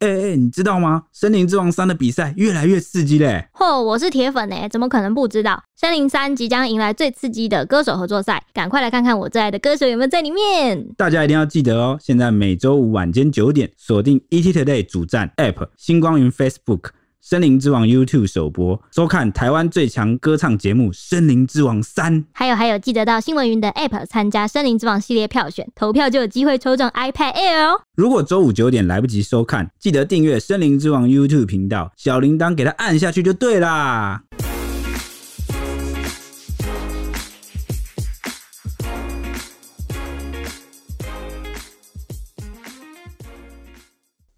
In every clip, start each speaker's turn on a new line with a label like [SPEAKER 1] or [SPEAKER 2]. [SPEAKER 1] 哎、哎、你知道吗？森林之王三的比赛越来越刺激嘞、
[SPEAKER 2] 嚯，我是铁粉哎、怎么可能不知道？三零三即将迎来最刺激的歌手合作赛，赶快来看看我最爱的歌手有没有在里面。
[SPEAKER 1] 大家一定要记得哦！现在每周五晚间九点，锁定 ET Today 主站 App、星光云 Facebook、森林之王 YouTube 首播，收看台湾最强歌唱节目《森林之王三》。
[SPEAKER 2] 还有还有，记得到新闻云的 App 参加森林之王系列票选，投票就有机会抽中 iPad Air 哦。
[SPEAKER 1] 如果周五九点来不及收看，记得订阅《森林之王》YouTube 频道，小铃铛给它按下去就对啦。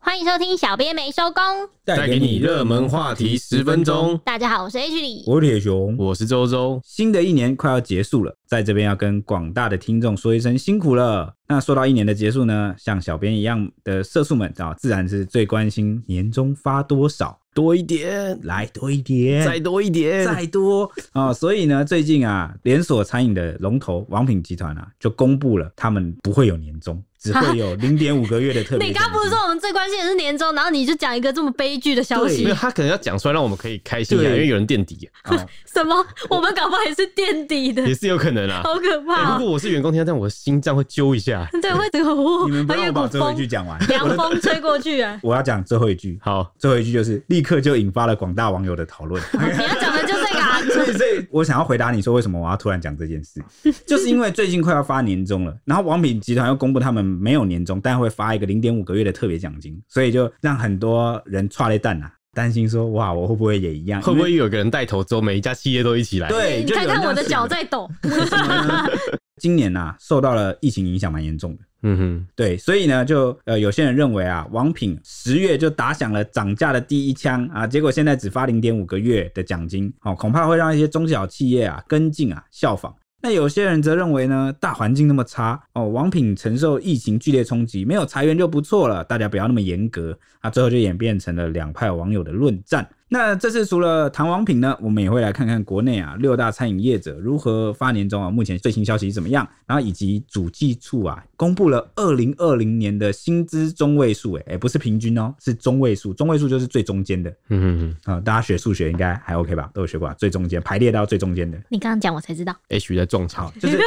[SPEAKER 2] 欢迎收听《小编没收工》，
[SPEAKER 1] 带
[SPEAKER 3] 带给你热门话题十分钟。
[SPEAKER 2] 大家好，我是 H 李。
[SPEAKER 1] 我是铁熊，
[SPEAKER 3] 我是周周，
[SPEAKER 1] 新的一年快要结束了，在这边要跟广大的听众说一声辛苦了。那说到一年的结束呢，像小编一样的社畜们啊，自然是最关心年终发多少，
[SPEAKER 3] 多一点，
[SPEAKER 1] 来多一点，
[SPEAKER 3] 哎再多一点，
[SPEAKER 1] 再多啊、所以呢，最近啊，连锁餐饮的龙头王品集团啊，就公布了他们不会有年终，只会 有零点五个月的特别奖金。
[SPEAKER 2] 你刚不是说我们最关心的是年终，然后你就讲一个这么悲剧的消
[SPEAKER 3] 没
[SPEAKER 2] 息
[SPEAKER 3] 有？他可能要讲出来，让我们可以开心一下，因
[SPEAKER 1] 对
[SPEAKER 3] 为有人垫 底，
[SPEAKER 1] 啊
[SPEAKER 2] 什么？我们搞不好也是垫底的
[SPEAKER 3] 也，是有可能啊。
[SPEAKER 2] 好可
[SPEAKER 3] 欸
[SPEAKER 2] 怕哦、
[SPEAKER 3] 如果我是员工，听到这样，我的心脏会揪一下。
[SPEAKER 2] 对，会怎么？
[SPEAKER 1] 哦你们不
[SPEAKER 2] 会
[SPEAKER 1] 要
[SPEAKER 2] 有
[SPEAKER 1] 把
[SPEAKER 2] 股
[SPEAKER 1] 我最后一句
[SPEAKER 2] 风，
[SPEAKER 1] 讲完，
[SPEAKER 2] 凉风吹过 去啊！
[SPEAKER 1] 我要讲最后一句，
[SPEAKER 3] 好，
[SPEAKER 1] 最后一句就是立刻就引发了广大网友的讨论。
[SPEAKER 2] 你要讲的就这个、 啊，
[SPEAKER 1] 所以，所以我想要回答你说，为什么我要突然讲这件事，就是因为最近快要发年终了，然后王品集团又公布他们没有年终，但会发一个零点五个月的特别奖金，所以就让很多人踹了蛋啊，担心说哇，我会不会也一样？
[SPEAKER 3] 会
[SPEAKER 1] 因
[SPEAKER 3] 不
[SPEAKER 1] 为
[SPEAKER 3] 会有个人带头之后，每一家企业都一起来？
[SPEAKER 1] 对？哎
[SPEAKER 2] 你
[SPEAKER 1] 就有
[SPEAKER 2] 看
[SPEAKER 1] 人
[SPEAKER 2] 看我的
[SPEAKER 1] 这样
[SPEAKER 2] 脚在抖，
[SPEAKER 1] 想的。 今年啊，受到了疫情影响蛮严重的，
[SPEAKER 3] 嗯
[SPEAKER 1] 对，所以呢，就呃，有些人认为啊，王品十月就打响了涨价的第一枪啊，结果现在只发零点五个月的奖金，哦，恐怕会让一些中小企业啊跟进啊效仿。那有些人则认为呢，大环境那么差哦，王品承受疫情剧烈冲击，没有裁员就不错了，大家不要那么严格啊。最后就演变成了两派网友的论战。那这次除了谈王品呢，我们也会来看看国内啊六大餐饮业者如何发年终啊，目前最新消息是怎么样，然后以及主计处啊公布了二零二零年的薪资中位数，哎、哎不是平均哦，是中位数，中位数就是最中间的
[SPEAKER 3] 哼，嗯哼
[SPEAKER 1] 啊、大家学数学应该还 OK 吧，都有学过、啊，最中间排列到最中间的。
[SPEAKER 2] 你刚刚讲我才知道。
[SPEAKER 3] ，H 在种
[SPEAKER 1] 好
[SPEAKER 3] 草，，
[SPEAKER 1] 就是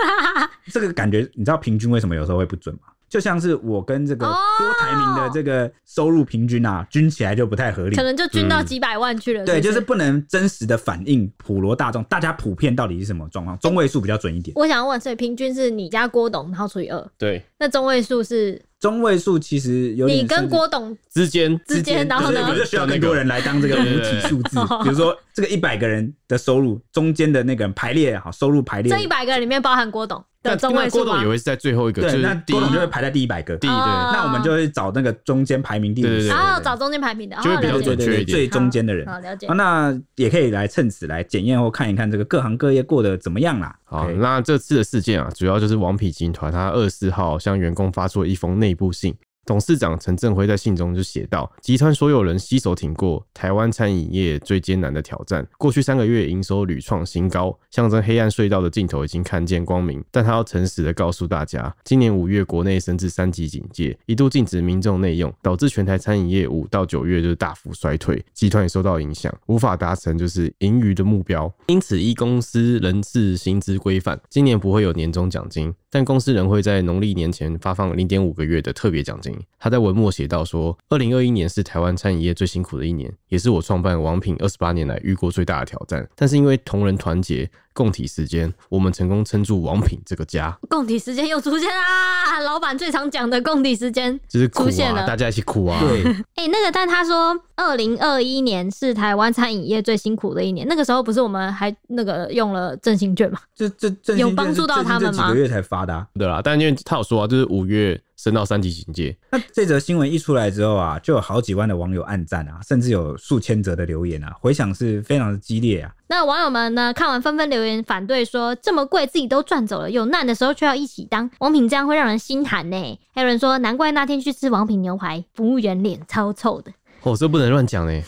[SPEAKER 1] 这个感觉，你知道平均为什么有时候会不准吗？就像是我跟这个
[SPEAKER 2] 哦
[SPEAKER 1] 郭台铭的这个收入平均啊，均起来就不太合理
[SPEAKER 2] 可。能就均到几百万去了。
[SPEAKER 1] 对，就是是
[SPEAKER 2] 呃不是
[SPEAKER 1] 不能真实的反映普罗大众，大家普遍到底是什么状况？中位数比较准一点，
[SPEAKER 2] 我想要问，所以平均是你家郭董，然后除以二，
[SPEAKER 3] 对，
[SPEAKER 2] 那中位数是
[SPEAKER 1] 中位数其实有点
[SPEAKER 2] 你跟
[SPEAKER 1] 甚至
[SPEAKER 2] 郭董
[SPEAKER 3] 之间
[SPEAKER 2] 之间，然后
[SPEAKER 1] 就是
[SPEAKER 2] 呢
[SPEAKER 1] 你？就需要更多人来当这个
[SPEAKER 3] 对对
[SPEAKER 1] 母
[SPEAKER 3] 对
[SPEAKER 1] 体数字，比如说这个一百个人的收入，中间的那个人排列好，收入排列
[SPEAKER 2] 这，一百个里面包含郭董的
[SPEAKER 3] 但
[SPEAKER 2] 中位
[SPEAKER 3] 那
[SPEAKER 2] 数吗
[SPEAKER 3] 郭董也？会是在最后一个，就
[SPEAKER 1] 对，那
[SPEAKER 3] 是第一
[SPEAKER 1] 郭董就会排在第一百个，
[SPEAKER 3] 第一
[SPEAKER 2] 哦
[SPEAKER 3] 对，
[SPEAKER 1] 那我们就会找那个中间排名第五
[SPEAKER 3] 对对
[SPEAKER 1] 十
[SPEAKER 3] 对
[SPEAKER 1] 的人，
[SPEAKER 2] 哦，找中间排名的，
[SPEAKER 3] 就会
[SPEAKER 2] 哦
[SPEAKER 3] 比较
[SPEAKER 2] 了
[SPEAKER 1] 对
[SPEAKER 2] 解
[SPEAKER 3] 准
[SPEAKER 1] 对
[SPEAKER 3] 确
[SPEAKER 1] 对，
[SPEAKER 3] 一点
[SPEAKER 1] 最中间的人。
[SPEAKER 2] 好了解
[SPEAKER 1] 啊，。那也可以来趁此来检验或看一看这个各行各业过得怎么样啦。
[SPEAKER 3] 好，
[SPEAKER 1] OK
[SPEAKER 3] 那这次的事件啊，主要就是王品集团他二十四号向员工发出了一封内部信。董事长陈振辉在信中就写道：“集团所有人携手挺过台湾餐饮业最艰难的挑战，过去三个月营收屡创新高，象征黑暗隧道的尽头已经看见光明。但他要诚实的告诉大家，今年五月国内升至三级警戒，一度禁止民众内用，导致全台餐饮业五到九月就是大幅衰退，集团也受到影响，无法达成就是盈余的目标。因此，依公司人事薪资规范，今年不会有年终奖金，但公司仍会在农历年前发放零点五个月的特别奖金。他在文末写道说，二零二一年是台湾餐饮业最辛苦的一年，也是我创办王品二十八年来遇过最大的挑战。但是因为同仁团结、共体时间，我们成功撑住王品这个家。
[SPEAKER 2] 供体时间又出现啦、老板最常讲的供体时间。
[SPEAKER 3] 就是苦
[SPEAKER 2] 出现了
[SPEAKER 3] 啊，大家一起苦啊！
[SPEAKER 1] 对，
[SPEAKER 2] 哎、那个，但他说，二零二一年是台湾餐饮业最辛苦的一年。那个时候不是我们还那个用了振兴券嘛？
[SPEAKER 1] 这这这
[SPEAKER 2] 有帮助到他们吗
[SPEAKER 1] 这几个月才发的啊、
[SPEAKER 3] 对啦，但因为他有说啊，就是五月升到三级警戒，
[SPEAKER 1] 那这则新闻一出来之后啊，就有好几万的网友暗赞啊，甚至有数千则的留言啊，回响是非常的激烈啊。
[SPEAKER 2] 那网友们呢，看完纷纷留言反对说：“这么贵，自己都赚走了，有难的时候却要一起当王品，这样会让人心寒呢。”还有人说：“难怪那天去吃王品牛排，服务员脸超臭的。”
[SPEAKER 3] 哦，这不能乱讲 哎，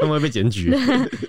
[SPEAKER 3] 他们会被检举。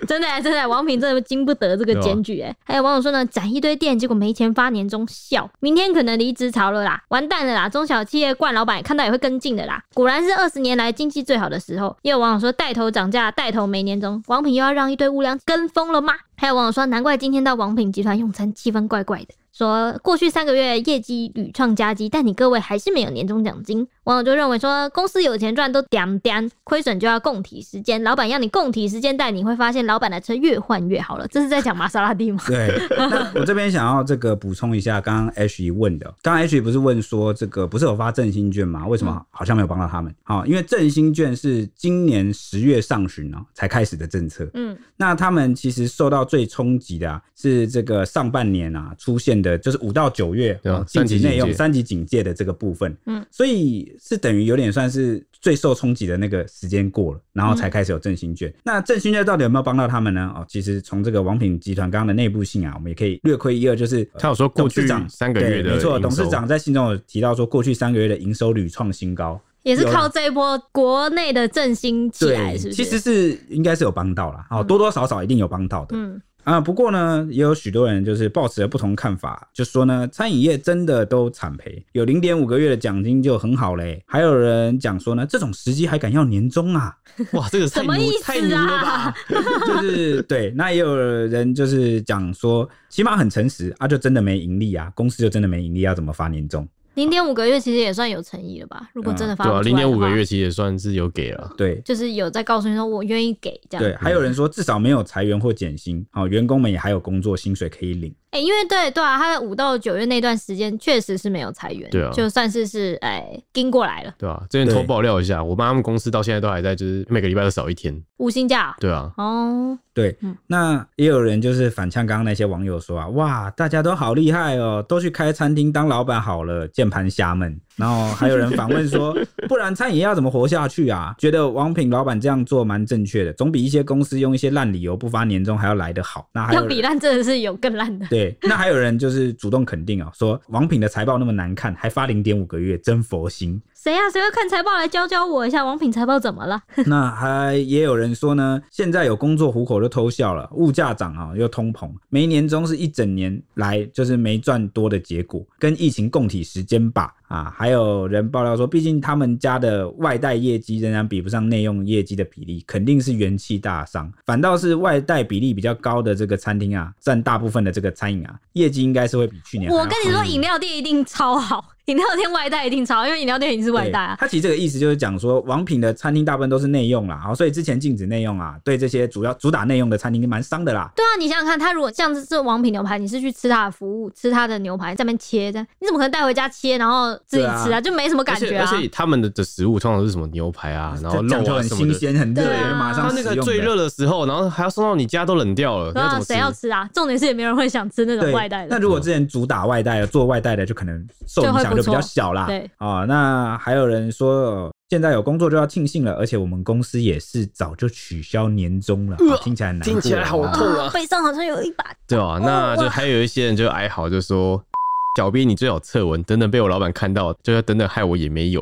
[SPEAKER 2] 真的、真的、王品真的经不得这个检举哎、还有网友说呢，攒一堆店，结果没钱发年终，笑。明天可能离职潮了啦，完蛋了啦！中小企业冠老板看到也会跟进的啦。果然是二十年来经济最好的时候。也有网友说，带头涨价，带头没年终，王品又要让一堆无良跟风了吗？还有网友说，难怪今天到王品集团用餐气氛怪怪的。说过去三个月业绩屡创佳绩，但你各位还是没有年终奖金。网友就认为说，公司有钱赚都点点，亏损就要共体时间。老板要你共体时间，但你会发现老板的车越换越好了。这是在讲玛莎拉蒂 吗？
[SPEAKER 1] 对，那我这边想要这个补充一下，刚刚 H 问的，刚刚 H 不是问说这个不是有发振兴券吗？为什么好像没有帮到他们？好、因为振兴券是今年十月上旬哦才开始的政策，
[SPEAKER 2] 嗯，
[SPEAKER 1] 那他们其实受到最冲击的、啊、是这个上半年啊出现的，就是五到九月
[SPEAKER 3] 对啊
[SPEAKER 1] 哦禁
[SPEAKER 3] 三级
[SPEAKER 1] 止内用
[SPEAKER 3] 警戒
[SPEAKER 1] 三级警戒的这个部分，
[SPEAKER 2] 嗯，
[SPEAKER 1] 所以是等于有点算是最受冲击的那个时间过了，然后才开始有振兴券。
[SPEAKER 2] 嗯
[SPEAKER 1] 那振兴券到底有没有帮到他们呢？哦，其实从这个王品集团刚刚的内部性啊，我们也可以略窥一二，就是呃
[SPEAKER 3] 他有说过去
[SPEAKER 1] 董事长
[SPEAKER 3] 三个月
[SPEAKER 1] 对
[SPEAKER 3] 的
[SPEAKER 1] 没错，
[SPEAKER 3] 营收
[SPEAKER 1] 董事长在信中有提到说，过去三个月的营收屡创新高，
[SPEAKER 2] 也是
[SPEAKER 1] 有啦
[SPEAKER 2] 靠这一波国内的振兴起来，是不是？
[SPEAKER 1] 其实是应该是有帮到啦，哦，多多少少一定有帮到的。
[SPEAKER 2] 嗯，
[SPEAKER 1] 啊、不过呢，也有许多人就是抱持了不同看法，就说呢，餐饮业真的都惨赔，有零点五个月的奖金就很好嘞。还有人讲说呢，这种时机还敢要年终啊？
[SPEAKER 3] 哇，这个
[SPEAKER 2] 什
[SPEAKER 3] 太
[SPEAKER 2] 么
[SPEAKER 3] 牛
[SPEAKER 2] 意
[SPEAKER 3] 太
[SPEAKER 2] 思
[SPEAKER 3] 牛了 吧！
[SPEAKER 2] 啊？
[SPEAKER 1] 就是对，那也有人就是讲说，起码很诚实啊，就真的没盈利啊，公司就真的没盈利，要怎么发年终？
[SPEAKER 2] 零点五个月其实也算有诚意了吧？如果真的发
[SPEAKER 3] 对啊，
[SPEAKER 2] 不出
[SPEAKER 3] 零
[SPEAKER 2] 来的
[SPEAKER 3] 点
[SPEAKER 2] 话
[SPEAKER 3] 五个，月其实也算是有给了。
[SPEAKER 1] 对，
[SPEAKER 2] 就是有在告诉你说我愿意给这样。
[SPEAKER 3] 啊
[SPEAKER 1] 对，还有人说至少没有裁员或减薪，好、员工们也还有工作，薪水可以领。
[SPEAKER 2] 哎、因为对对啊，他的五到九月那段时间确实是没有裁员，
[SPEAKER 3] 对啊
[SPEAKER 2] 就算是是哎跟过来了，
[SPEAKER 3] 对啊，之前
[SPEAKER 1] 对
[SPEAKER 3] 偷爆料一下，我妈他们公司到现在都还在，就是每个礼拜都少一天。
[SPEAKER 2] 无薪假
[SPEAKER 3] 对啊，
[SPEAKER 2] 哦，
[SPEAKER 1] 对，
[SPEAKER 2] 嗯
[SPEAKER 1] 那也有人就是反呛刚刚那些网友说啊，哇，大家都好厉害哦，都去开餐厅当老板好了，键盘侠们。然后还有人反问 说，不然餐饮业要怎么活下去啊？觉得王品老板这样做蛮正确的，总比一些公司用一些烂理由不发年终还要来得好。那还有
[SPEAKER 2] 要
[SPEAKER 1] 人
[SPEAKER 2] 比烂真的是有更烂的，
[SPEAKER 1] 对，那还有人就是主动肯定哦，说王品的财报那么难看，还发零点五个月，真佛心。
[SPEAKER 2] 谁呀、谁会看财报来教教我一下王品财报怎么了？
[SPEAKER 1] 那还也有人说呢，现在有工作糊口就偷笑了，物价涨啊、又通膨，没年终是一整年来就是没赚多的结果，跟疫情共体时间吧啊！还有人爆料说，毕竟他们家的外带业绩仍然比不上内用业绩的比例，肯定是元气大伤，反倒是外带比例比较高的这个餐厅啊，占大部分的这个餐饮啊，业绩应该是会比去年还要
[SPEAKER 2] 我
[SPEAKER 1] 好
[SPEAKER 2] 跟你说，饮料店一定超好， 饮料店外带一定超好，因为饮料店已经是外带啊
[SPEAKER 1] 对。他其实这个意思就是讲说，王品的餐厅大部分都是内用啦，好，所以之前禁止内用啊，对这些主要主打内用的餐厅蛮伤的啦。
[SPEAKER 2] 对啊，你想想看，他如果像是这王品牛排，你是去吃他的服务，吃他的牛排，在那边切的，你怎么可能带回家切，然后自己
[SPEAKER 1] 对啊
[SPEAKER 2] 吃啊？就没什么
[SPEAKER 3] 而
[SPEAKER 2] 感
[SPEAKER 3] 且
[SPEAKER 2] 觉
[SPEAKER 3] 而
[SPEAKER 2] 啊。
[SPEAKER 3] 且他们的的食物通常是什么牛排啊，然后
[SPEAKER 1] 讲
[SPEAKER 3] 肉
[SPEAKER 1] 究
[SPEAKER 3] 啊
[SPEAKER 1] 很
[SPEAKER 3] 什么
[SPEAKER 1] 新
[SPEAKER 3] 的。
[SPEAKER 1] 鲜、很热
[SPEAKER 2] 对啊
[SPEAKER 1] 的，马上
[SPEAKER 3] 他
[SPEAKER 1] 使
[SPEAKER 3] 那
[SPEAKER 1] 用的
[SPEAKER 3] 个最热的时候，然后还要送到你家都冷掉了，
[SPEAKER 2] 对
[SPEAKER 3] 那
[SPEAKER 2] 啊，
[SPEAKER 3] 怎
[SPEAKER 2] 谁要
[SPEAKER 3] 么吃？
[SPEAKER 2] 吃啊？重点是也没人会想吃那种
[SPEAKER 1] 对
[SPEAKER 2] 外带的
[SPEAKER 1] 那。如果之前主打外带的，做外带的就可能受影响就比较小啦。
[SPEAKER 2] 就会不错对
[SPEAKER 1] 哦，那还有人说。呃现在有工作就要庆幸了，而且我们公司也是早就取消年终了，哦听起来很难过，
[SPEAKER 3] 呃听起来好痛
[SPEAKER 2] 啊背上好像有一把。
[SPEAKER 3] 对啊，那就还有一些人就哀嚎，就说。小编，你最好侧文，等等被我老板看到，就要等等害我也没有。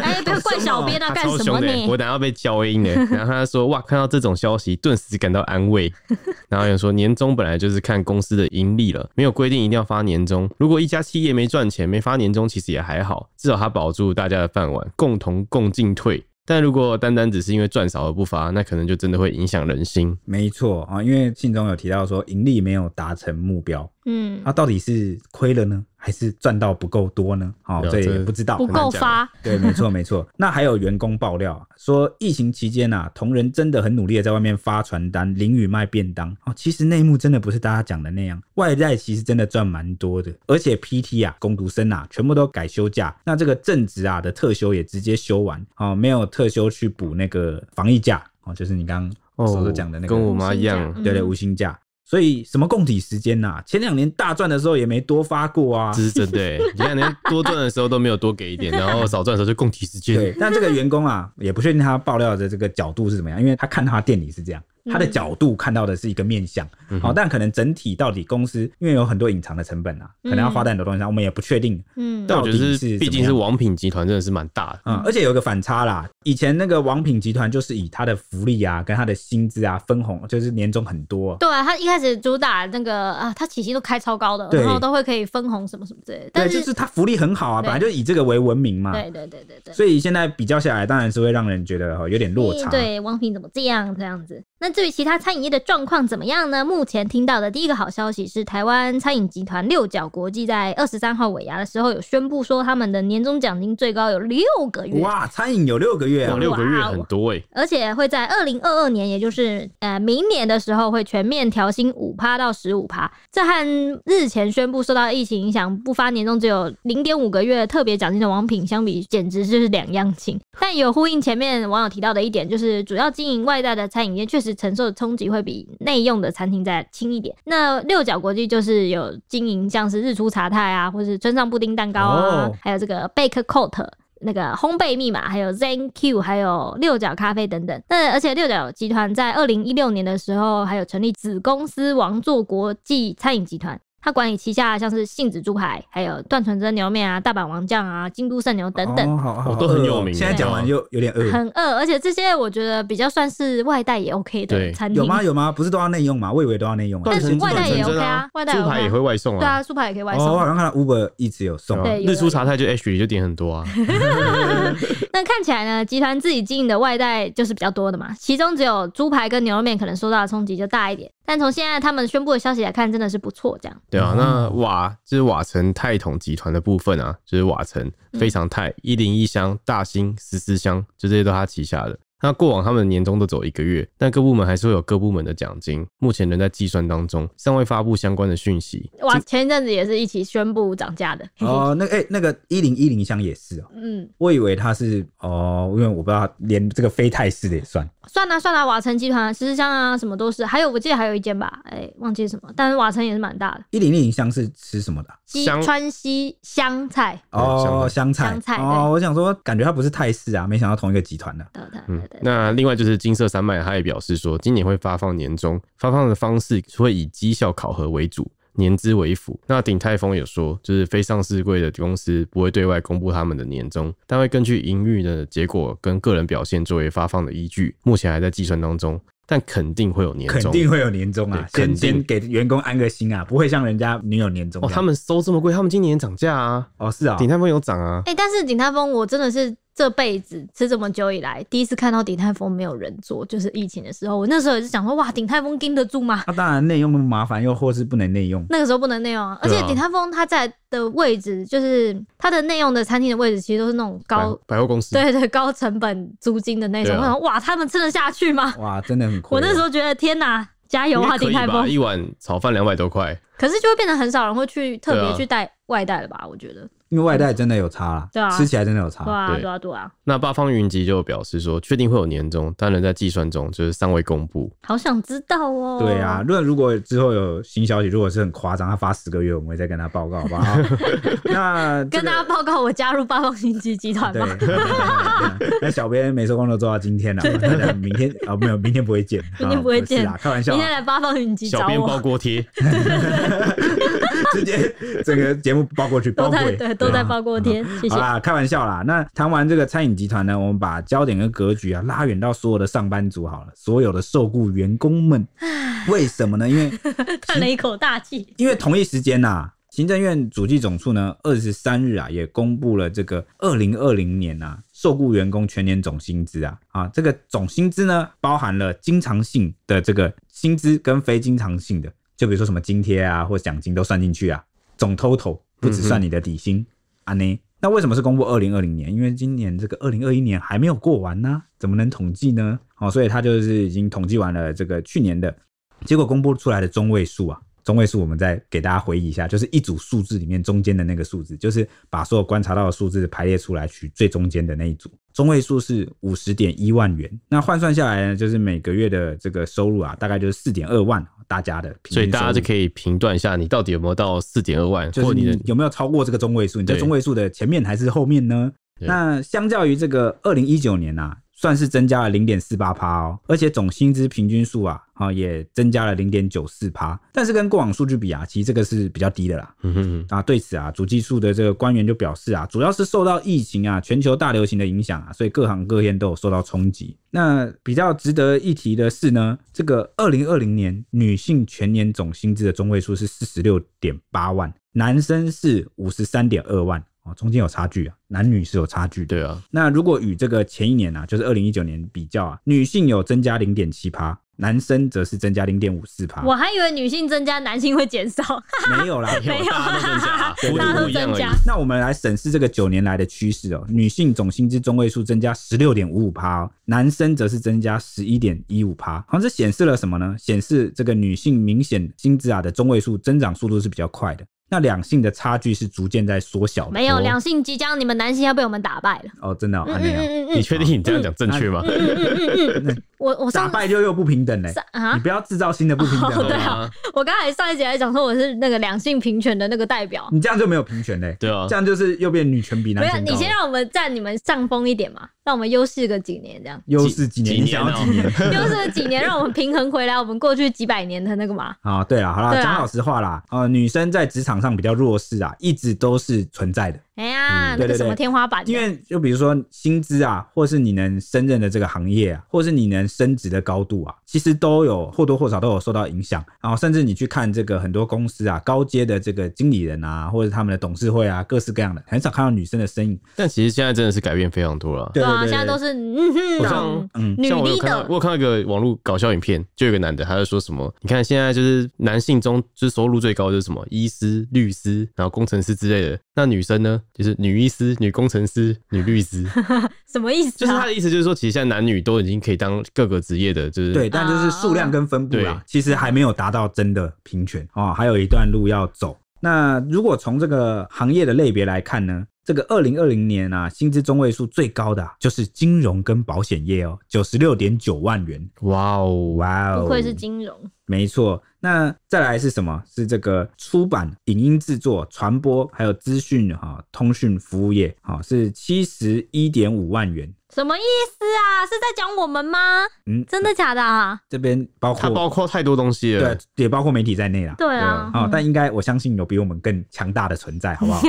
[SPEAKER 2] 哎，不要怪小编啊，
[SPEAKER 3] 他
[SPEAKER 2] 干
[SPEAKER 3] 超
[SPEAKER 2] 什
[SPEAKER 3] 凶
[SPEAKER 2] 么
[SPEAKER 3] 的欸，
[SPEAKER 2] 呢？
[SPEAKER 3] 我等下要被教音 呢。然后他说：“哇，看到这种消息，顿时感到安慰。”然后有人说：“年终本来就是看公司的盈利了，没有规定一定要发年终。如果一家企业没赚钱，没发年终其实也还好，至少他保住大家的饭碗，共同共进退。但如果单单只是因为赚少而不发，那可能就真的会影响人心。
[SPEAKER 1] 没错啊、哦因为信中有提到说盈利没有达成目标，
[SPEAKER 2] 嗯
[SPEAKER 1] 那、，到底是亏了呢，还是赚到不够多呢？好、哦，
[SPEAKER 3] 对啊
[SPEAKER 1] 这也
[SPEAKER 3] 这
[SPEAKER 1] 不知道，
[SPEAKER 2] 不
[SPEAKER 1] 很难
[SPEAKER 2] 够
[SPEAKER 1] 讲
[SPEAKER 2] 发。
[SPEAKER 1] 对，没错没 错。那还有员工爆料啊说，疫情期间啊，同仁真的很努力的在外面发传单、淋雨卖便当哦。其实内幕真的不是大家讲的那样，外带其实真的赚蛮多的。而且 PT 啊、工读生啊，全部都改休假，那这个正职啊的特休也直接休完哦，没有特休去补那个防疫假哦，就是你刚刚所讲的那个，
[SPEAKER 3] 哦跟我妈一
[SPEAKER 2] 无薪
[SPEAKER 3] 样
[SPEAKER 2] 假，
[SPEAKER 1] 对对
[SPEAKER 2] 嗯
[SPEAKER 1] 无薪假。所以什么供体时间呐、前两年大赚的时候也没多发过啊，
[SPEAKER 3] 这是真的欸。你看，连多赚的时候都没有 多给一点，然后少赚的时候就共体时间。
[SPEAKER 1] 对，但这个员工啊，也不确定他爆料的这个角度是怎么样，因为他看他店里是这样，
[SPEAKER 2] 嗯
[SPEAKER 1] 他的角度看到的是一个面相，
[SPEAKER 3] 嗯
[SPEAKER 1] 好、
[SPEAKER 3] 哼
[SPEAKER 1] 但可能整体到底公司因为有很多隐藏的成本啊，可能要花在很多东西上，我们也不确定。
[SPEAKER 2] 嗯
[SPEAKER 3] 但我觉得
[SPEAKER 1] 到底是
[SPEAKER 3] 是，
[SPEAKER 1] 怎
[SPEAKER 3] 毕
[SPEAKER 1] 么
[SPEAKER 3] 竟是
[SPEAKER 1] 样
[SPEAKER 3] 王品集团真的是蛮大的。
[SPEAKER 1] 嗯，而且有一个反差啦，以前那个王品集团就是以他的福利啊、跟他的薪资啊分红，就是年终很多，
[SPEAKER 2] 对啊，他一开始主打那个啊，他起薪都开超高的，
[SPEAKER 1] 对
[SPEAKER 2] 然后都会可以分红什么什么之类的。
[SPEAKER 1] 对，
[SPEAKER 2] 但
[SPEAKER 1] 就是啊他福利很好啊，
[SPEAKER 2] 对
[SPEAKER 1] 本来就以这个为闻名嘛。
[SPEAKER 2] 对对对对对，
[SPEAKER 1] 所以现在比较下来，当然是会让人觉得哦有点落差。
[SPEAKER 2] 嗯对，王品怎么这样这样子？那至于其他餐饮业的状况怎么样呢？目前听到的第一个好消息是，台湾餐饮集团六角国际在二十三号尾牙的时候有宣布说，他们的年终奖金最高有六个月。
[SPEAKER 1] 哇，餐饮有六个月啊
[SPEAKER 3] 哇，，六个月
[SPEAKER 2] 哇哦
[SPEAKER 3] 很多哎、
[SPEAKER 2] 而且会在二零二二年，也就是呃明年的时候，会全面调薪五趴到十五趴。这和日前宣布受到疫情影响不发年终只有零点五个月特别奖金的王品相比，简直就是两样情。但有呼应前面网友提到的一点，就是主要经营外带的餐饮业确实承受的冲击会比内用的餐厅再轻一点。那六角国际就是有经营像是日出茶太啊，或是村上布丁蛋糕啊，
[SPEAKER 1] 哦
[SPEAKER 2] 还有这个 Bake Coat 那个烘焙密码，还有 ZenQ，还有六角咖啡等等。那而且六角集团在二零一六年的时候，还有成立子公司王座国际餐饮集团。它管理旗下像是杏子猪排，还有段纯真牛面啊、大阪王酱啊、京都圣牛等等，
[SPEAKER 1] 哦好好
[SPEAKER 3] 哦都很
[SPEAKER 1] 饿哦
[SPEAKER 3] 有名
[SPEAKER 1] 现在讲完又有点饿，
[SPEAKER 2] 很饿。而且这些我觉得比较算是外带也 OK 的
[SPEAKER 3] 对
[SPEAKER 2] 餐厅，
[SPEAKER 1] 有吗？有吗？不是都要内用吗？我以为都要内用啊。
[SPEAKER 2] 但
[SPEAKER 3] 断
[SPEAKER 2] 是
[SPEAKER 3] 层
[SPEAKER 2] 外带
[SPEAKER 3] 断层
[SPEAKER 2] 也
[SPEAKER 3] 针
[SPEAKER 2] OK
[SPEAKER 3] 啊
[SPEAKER 2] 啊，外带也
[SPEAKER 3] 猪排
[SPEAKER 2] OK
[SPEAKER 3] 也会外送
[SPEAKER 2] 对
[SPEAKER 3] 啊。
[SPEAKER 2] 啊，猪排也可以外
[SPEAKER 1] 哦，我
[SPEAKER 2] 送。
[SPEAKER 1] 好像看到 Uber 一直有送，
[SPEAKER 2] 对有
[SPEAKER 3] 日出茶太就 H 里就点很 多啊，
[SPEAKER 2] 那看起来呢，集团自己经营的外带就是比较多的嘛，其中只有猪排跟牛肉面可能受到的冲击就大一点。但从现在他们宣布的消息来看，真的是不错，这样。
[SPEAKER 3] 对啊
[SPEAKER 1] 哦。
[SPEAKER 3] 那瓦就是瓦城泰统集团的部分啊，就是瓦城
[SPEAKER 2] 嗯
[SPEAKER 3] 非常泰一零一乡、大兴、十四乡，就这些都他旗下的。那过往他们的年终都走一个月，但各部门还是会有各部门的奖金，目前仍在计算当中，尚未发布相关的讯息。
[SPEAKER 2] 哇，前一阵子也是一起宣布涨价的。
[SPEAKER 1] 哦，那个哎、那个一零一零箱也是哦，
[SPEAKER 2] 嗯，
[SPEAKER 1] 我以为它是哦，因为我不知道连这个非泰式的也算
[SPEAKER 2] 算啦、算啦、瓦城集团啊、十四香啊，什么都是。还有我记得还有一间吧，哎、忘记是什么，但是瓦城也是蛮大的。
[SPEAKER 1] 一零一零箱是吃什么的啊、
[SPEAKER 2] 西
[SPEAKER 3] 香
[SPEAKER 2] 川西香菜，
[SPEAKER 1] 哦，香菜，
[SPEAKER 2] 香菜
[SPEAKER 1] 哦，我想说，感觉它不是泰式啊，没想到同一个集团的、
[SPEAKER 2] 对对啊对
[SPEAKER 3] 嗯
[SPEAKER 2] 对，对
[SPEAKER 3] 那另外就是金色山脉，他也表示说，今年会发放年终，发放的方式会以绩效考核为主，年资为辅。那鼎泰丰有说，就是非上市贵的公司不会对外公布他们的年终，但会根据营运的结果跟个人表现作为发放的依据，目前还在计算当中，但肯定会有年
[SPEAKER 1] 肯
[SPEAKER 3] 终。
[SPEAKER 1] 定会有年终啊，
[SPEAKER 3] 对
[SPEAKER 1] 先
[SPEAKER 3] 肯定
[SPEAKER 1] 先给员工安个心啊，不会像人家女友年终这
[SPEAKER 3] 哦，
[SPEAKER 1] 样。
[SPEAKER 3] 他们收这么贵，他们今年也涨价啊，
[SPEAKER 1] 哦是啊、
[SPEAKER 3] 鼎泰丰有涨啊。
[SPEAKER 2] 哎、但是鼎泰丰，我真的是这辈子吃这么久以来，第一次看到鼎泰丰没有人做，就是疫情的时候。我那时候也是想说，哇，鼎泰丰盯得住吗？
[SPEAKER 1] 那、当然内用那么麻烦，又或是不能内 用。
[SPEAKER 2] 那个时候不能内用啊，而
[SPEAKER 3] 对啊
[SPEAKER 2] 且鼎泰丰它在的位置，就是它的内用的餐厅的位置，其实都是那种高，
[SPEAKER 3] 百百货公司，
[SPEAKER 2] 对对，高成本租金的那种。
[SPEAKER 3] 对啊
[SPEAKER 2] 我想说，哇，他们吃得下去吗？
[SPEAKER 1] 哇，真的很亏。啊
[SPEAKER 2] 我那时候觉得，天哪，加油
[SPEAKER 3] 应
[SPEAKER 2] 啊，
[SPEAKER 3] 该可
[SPEAKER 2] 鼎
[SPEAKER 3] 以
[SPEAKER 2] 泰
[SPEAKER 3] 吧？
[SPEAKER 2] 丰！
[SPEAKER 3] 一碗炒饭两百多块，
[SPEAKER 2] 可是就会变得很少人会去特
[SPEAKER 3] 对
[SPEAKER 2] 别
[SPEAKER 3] 啊
[SPEAKER 2] 去带外带了吧？我觉得，
[SPEAKER 1] 因为外带真的有差啦，
[SPEAKER 2] 对啊
[SPEAKER 1] 吃起来真的有差。
[SPEAKER 2] 对啊，
[SPEAKER 3] 对
[SPEAKER 2] 对啊，对啊，
[SPEAKER 3] 那八方云集就表示说，确定会有年终，但仍在计算中，就是尚未公布。
[SPEAKER 2] 好想知道哦。
[SPEAKER 1] 对啊，论如果之后有新消息，如果是很夸张，他发十个月，我们会再跟他报告，好不 好？那、这
[SPEAKER 2] 跟
[SPEAKER 1] 个
[SPEAKER 2] 大家报告，我加入八方云集集团吧。
[SPEAKER 1] 对， 那小编没收工都做到今天了，那明天啊、没有，明天不会见，
[SPEAKER 2] 明天不会见
[SPEAKER 1] 啊是啊，开玩笑
[SPEAKER 2] 明天
[SPEAKER 1] 啊，
[SPEAKER 2] 来八方云集
[SPEAKER 3] 小
[SPEAKER 2] 找
[SPEAKER 3] 编包
[SPEAKER 2] 我，
[SPEAKER 3] 锅贴，
[SPEAKER 1] 直接整个节目包过去，包
[SPEAKER 2] 都在
[SPEAKER 1] 鬼，
[SPEAKER 2] 对都在
[SPEAKER 1] 啊
[SPEAKER 2] 包锅贴， 谢谢
[SPEAKER 1] 好。啦，开玩笑啦。那谈完这个餐饮集团呢，我们把焦点跟格局啊拉远到所有的上班族好了，所有的受雇员工们，为什么呢？因为
[SPEAKER 2] 叹了一口大气。
[SPEAKER 1] 因为同一时间呐、行政院主计总处呢，二十三日啊也公布了这个二零二零年啊受雇员工全年总薪资啊啊这个总薪资呢包含了经常性的这个薪资跟非经常性的，就比如说什么津贴啊或奖金都算进去啊，总 total 不只算你的底薪啊呢。那为什么是公布二零二零年？因为今年这个二零二一年还没有过完呢、怎么能统计呢？哦，所以他就是已经统计完了这个去年的结果公布出来的中位数啊，中位数我们再给大家回忆一下，就是一组数字里面中间的那个数字，就是把所有观察到的数字排列出来，取最中间的那一组。中位数是五十点一万元，那换算下来呢，就是每个月的这个收入啊，大概就是四点二万，大家的平均收
[SPEAKER 3] 所
[SPEAKER 1] 入。
[SPEAKER 3] 以大家就可以评断一下你到底有没有到四点二万，
[SPEAKER 1] 就是
[SPEAKER 3] 或你
[SPEAKER 1] 你
[SPEAKER 3] 的
[SPEAKER 1] 有没有超过这个中位数？你在
[SPEAKER 3] 对
[SPEAKER 1] 中位数的前面还是后面呢？
[SPEAKER 3] 对
[SPEAKER 1] 那相较于这个二零一九年啊，算是增加了零点四八趴哦，而且总薪资平均数啊，啊也增加了零点九四趴，但是跟过往数据比啊，其实这个是比较低的啦。
[SPEAKER 3] 嗯哼哼，
[SPEAKER 1] 啊，对此啊，主计处的这个官员就表示啊，主要是受到疫情啊、全球大流行的影响啊，所以各行各业都有受到冲击。那比较值得一提的是呢，这个二零二零年女性全年总薪资的中位数是四十六点八万，男生是五十三点二万哦，中间有差距啊，男女是有差距的。
[SPEAKER 3] 对啊，
[SPEAKER 1] 那如果与这个前一年啊，就是二零一九年比较啊，女性有增加零点七趴，男生则是增加零点五四趴。
[SPEAKER 2] 我还以为女性增加，男性会减少，
[SPEAKER 1] 没有啦。
[SPEAKER 2] 没有啊
[SPEAKER 3] 大家都增加，幅
[SPEAKER 2] 大家
[SPEAKER 3] 度
[SPEAKER 2] 都
[SPEAKER 3] 不一样
[SPEAKER 2] 增
[SPEAKER 3] 而已
[SPEAKER 2] 加。。
[SPEAKER 1] 那我们来审视这个九年来的趋势哦，女性总薪资中位数增加十六点五五趴，哦男生则是增加十一点一五趴。好像这显示了什么呢？显示这个女性明显薪资啊的中位数增长速度是比较快的，那两性的差距是逐渐在缩小的。
[SPEAKER 2] 没有，
[SPEAKER 1] 哦
[SPEAKER 2] 两性即将，你们男性要被我们打败了。
[SPEAKER 1] 哦，真的哦，
[SPEAKER 2] 嗯
[SPEAKER 1] 啊
[SPEAKER 2] 嗯
[SPEAKER 1] 那样
[SPEAKER 2] 嗯嗯
[SPEAKER 3] 你
[SPEAKER 2] 嗯
[SPEAKER 3] 确定你这样讲正确吗？
[SPEAKER 2] 嗯嗯嗯，我我
[SPEAKER 1] 打
[SPEAKER 2] 上
[SPEAKER 1] 败就又不平等嘞、
[SPEAKER 2] 上
[SPEAKER 1] 你
[SPEAKER 2] 啊，
[SPEAKER 1] 不要制造新的不平等、
[SPEAKER 2] 哦对啊
[SPEAKER 3] 啊，
[SPEAKER 2] 我刚才上一节还讲说我是那个两性平权的那个代表，
[SPEAKER 1] 你这样就没有平权嘞、
[SPEAKER 3] 对啊
[SPEAKER 1] 这，样就是又变女权比
[SPEAKER 2] 没
[SPEAKER 1] 男
[SPEAKER 2] 有，啊
[SPEAKER 1] 权高
[SPEAKER 2] 你
[SPEAKER 1] 了，
[SPEAKER 2] 先让我们占你们上风一点嘛，让我们优势个几年这样
[SPEAKER 1] 优势几年，
[SPEAKER 3] 几啊哦
[SPEAKER 1] 你想要
[SPEAKER 3] 几
[SPEAKER 1] 几年？
[SPEAKER 2] 优势个几年，让我们平衡回来我们过去几百年的那个嘛。
[SPEAKER 1] 啊，对了，好啦，
[SPEAKER 2] 对啊
[SPEAKER 1] 讲老实话啦，呃，女生在职场上比较弱势啊，一直都是存在的。
[SPEAKER 2] 哎呀，
[SPEAKER 1] 嗯
[SPEAKER 2] 那
[SPEAKER 1] 对
[SPEAKER 2] 个
[SPEAKER 1] 对
[SPEAKER 2] 什么
[SPEAKER 1] 对
[SPEAKER 2] 天花板的，
[SPEAKER 1] 因为就比如说薪资啊，或是你能胜任的这个行业啊，或是你能升职的高度啊，其实都有或多或少都有受到影响。然后甚至你去看这个很多公司啊，高阶的这个经理人啊，或者他们的董事会啊，各式各样的，很少看到女生的身影。
[SPEAKER 3] 但其实现在真的是改变非常多了。
[SPEAKER 1] 对
[SPEAKER 2] 啊，
[SPEAKER 1] 对对，
[SPEAKER 2] 现在都
[SPEAKER 1] 是
[SPEAKER 2] 是嗯
[SPEAKER 3] 我
[SPEAKER 2] 哼
[SPEAKER 3] 像，
[SPEAKER 1] 嗯
[SPEAKER 2] 女
[SPEAKER 3] 像我有看到，
[SPEAKER 2] leader
[SPEAKER 3] 我有看到一个网络搞笑影片，就有一个男的，他就说什么，你看现在就是男性中就是收入最高就是什么医师、律师，然后工程师之类的。那女生呢，就是女医师、女工程师、女 律师，
[SPEAKER 2] 什么意
[SPEAKER 3] 就
[SPEAKER 2] 思
[SPEAKER 3] 是他
[SPEAKER 2] 啊？
[SPEAKER 3] 的意思就是说，其实现在男女都已经可以当各个职业的，就是
[SPEAKER 1] 对，但就是数
[SPEAKER 2] 啊
[SPEAKER 1] 量跟分布啦，
[SPEAKER 3] 对
[SPEAKER 1] 其实还没有达到真的平权哦，还有一段路要走。那如果从这个行业的类别来看呢，这个二零二零年啊，薪资中位数最高的、啊、就是金融跟保险业哦，九十六点九万元，
[SPEAKER 3] 哇哦，
[SPEAKER 1] 哇哦，
[SPEAKER 2] 不愧是金融，
[SPEAKER 1] 没错，那再来是什么？是这个出版、影音制作、传播，还有资讯哈、通讯服务业哈、是七十一点五万元。
[SPEAKER 2] 什么意思啊？是在讲我们吗？
[SPEAKER 1] 嗯，
[SPEAKER 2] 真的假的啊？
[SPEAKER 1] 这边包
[SPEAKER 3] 它
[SPEAKER 1] 括
[SPEAKER 3] 包括太多东西了
[SPEAKER 1] 对，，也包括媒体在内啦。
[SPEAKER 2] 对啊，
[SPEAKER 1] 啊、
[SPEAKER 2] 嗯
[SPEAKER 1] 但应该我相信有比我们更强大的存在， 好不好？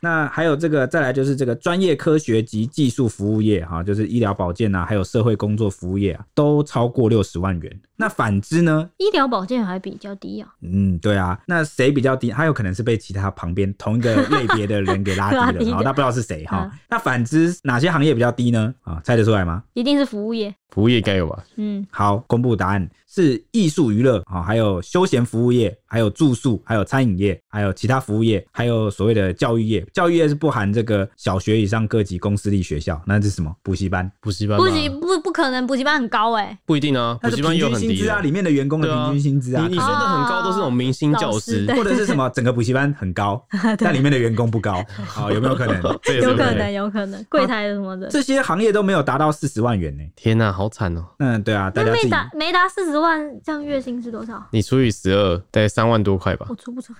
[SPEAKER 1] 那还有这个，再来就是这个专业科学及技术服务业哈、就是医疗保健啊，还有社会工作服务业啊，都超过六十万元。那反之呢？
[SPEAKER 2] 医疗保健还比较低啊，
[SPEAKER 1] 嗯，对啊，那谁比较低？他有可能是被其他旁边同一个类别的人给拉
[SPEAKER 2] 拉
[SPEAKER 1] 低
[SPEAKER 2] 低
[SPEAKER 1] 了，
[SPEAKER 2] 的
[SPEAKER 1] 好，那不知道是谁哈
[SPEAKER 2] 嗯。
[SPEAKER 1] 那反之，哪些行业比较低呢？啊，猜得出来吗？
[SPEAKER 2] 一定是服务业。
[SPEAKER 3] 服务业该有吧？
[SPEAKER 2] 嗯，
[SPEAKER 1] 好，公布答案是艺术娱乐啊，还有休闲服务业，还有住宿，还有餐饮业，还有其他服务业，还有所谓的教育业。教育业是不含这个小学以上各级公私立学校，那是什么？补习班？
[SPEAKER 3] 补习班吧
[SPEAKER 2] 补习不不可能，补习班很高哎、
[SPEAKER 3] 不一定啊，补
[SPEAKER 1] 那是
[SPEAKER 3] 习
[SPEAKER 1] 平
[SPEAKER 3] 班也有
[SPEAKER 1] 均
[SPEAKER 3] 很
[SPEAKER 1] 薪
[SPEAKER 3] 低
[SPEAKER 1] 资啊，
[SPEAKER 3] 的
[SPEAKER 1] 里。面的员工的
[SPEAKER 3] 对啊
[SPEAKER 1] 平均薪资啊
[SPEAKER 3] 你，你说的很高，都是那种明星
[SPEAKER 2] 哦老
[SPEAKER 3] 教
[SPEAKER 2] 师
[SPEAKER 3] 师
[SPEAKER 2] 对，
[SPEAKER 1] 或者是什 么？整个补习班很高，但里面的员工不高，哦好，有没有可能？
[SPEAKER 3] 这也是
[SPEAKER 2] 有可
[SPEAKER 3] 对
[SPEAKER 2] 能，有可能，柜台什么的，
[SPEAKER 1] 这些行业都没有达到四十万元呢、
[SPEAKER 3] 天哪、好惨哦！
[SPEAKER 1] 嗯，对啊，大
[SPEAKER 2] 那
[SPEAKER 1] 家自
[SPEAKER 2] 没
[SPEAKER 1] 己
[SPEAKER 2] 达没达四十万，这样月薪是多少？
[SPEAKER 3] 你除以十二，大概三万多块吧
[SPEAKER 2] 我。出不出来？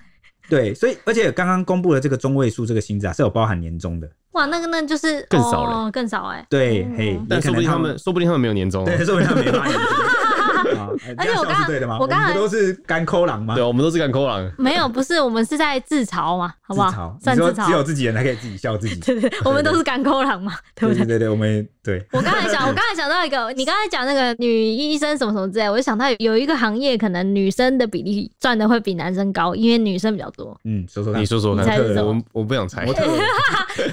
[SPEAKER 1] 对，所以而且刚刚公布的这个中位数这个薪资啊，是有包含年终的，
[SPEAKER 2] 哇，那个那就是
[SPEAKER 3] 更少了
[SPEAKER 2] 哦，更少哎、
[SPEAKER 1] 对，
[SPEAKER 2] 哦
[SPEAKER 1] 嘿，
[SPEAKER 3] 但
[SPEAKER 1] 也可
[SPEAKER 3] 说
[SPEAKER 1] 能
[SPEAKER 3] 不定他们，说不定他们没有年终、哦。
[SPEAKER 1] 对，说明他们没发 言。啊
[SPEAKER 2] 而且
[SPEAKER 1] 这样
[SPEAKER 2] 我
[SPEAKER 1] 笑
[SPEAKER 2] 刚
[SPEAKER 1] 是对的吗？
[SPEAKER 2] 我刚
[SPEAKER 1] 们
[SPEAKER 2] 才
[SPEAKER 1] 不都是干抠狼吗？
[SPEAKER 3] 对，我们都是干扣狼。
[SPEAKER 2] 没有，不是，我们是在自嘲嘛，好
[SPEAKER 1] 自
[SPEAKER 2] 不
[SPEAKER 1] 嘲？
[SPEAKER 2] 好
[SPEAKER 1] 你
[SPEAKER 2] 算自
[SPEAKER 1] 说只有
[SPEAKER 2] 嘲，
[SPEAKER 1] 自己人才可以自己笑自己。
[SPEAKER 2] 对对，我们都是干抠狼嘛， 对不
[SPEAKER 1] 对对对
[SPEAKER 2] 对？
[SPEAKER 1] 对，我们对
[SPEAKER 2] 我刚 才想，我刚才想到一个，你刚才讲那个女医生什么什么之类，我就想到有一个行业，可能女生的比例赚的会比男生高，因为女生比较 多。
[SPEAKER 1] 嗯，说说看
[SPEAKER 3] 你说说
[SPEAKER 2] 你猜
[SPEAKER 3] 看，
[SPEAKER 2] 是什么
[SPEAKER 3] 我我不想猜
[SPEAKER 1] 模。特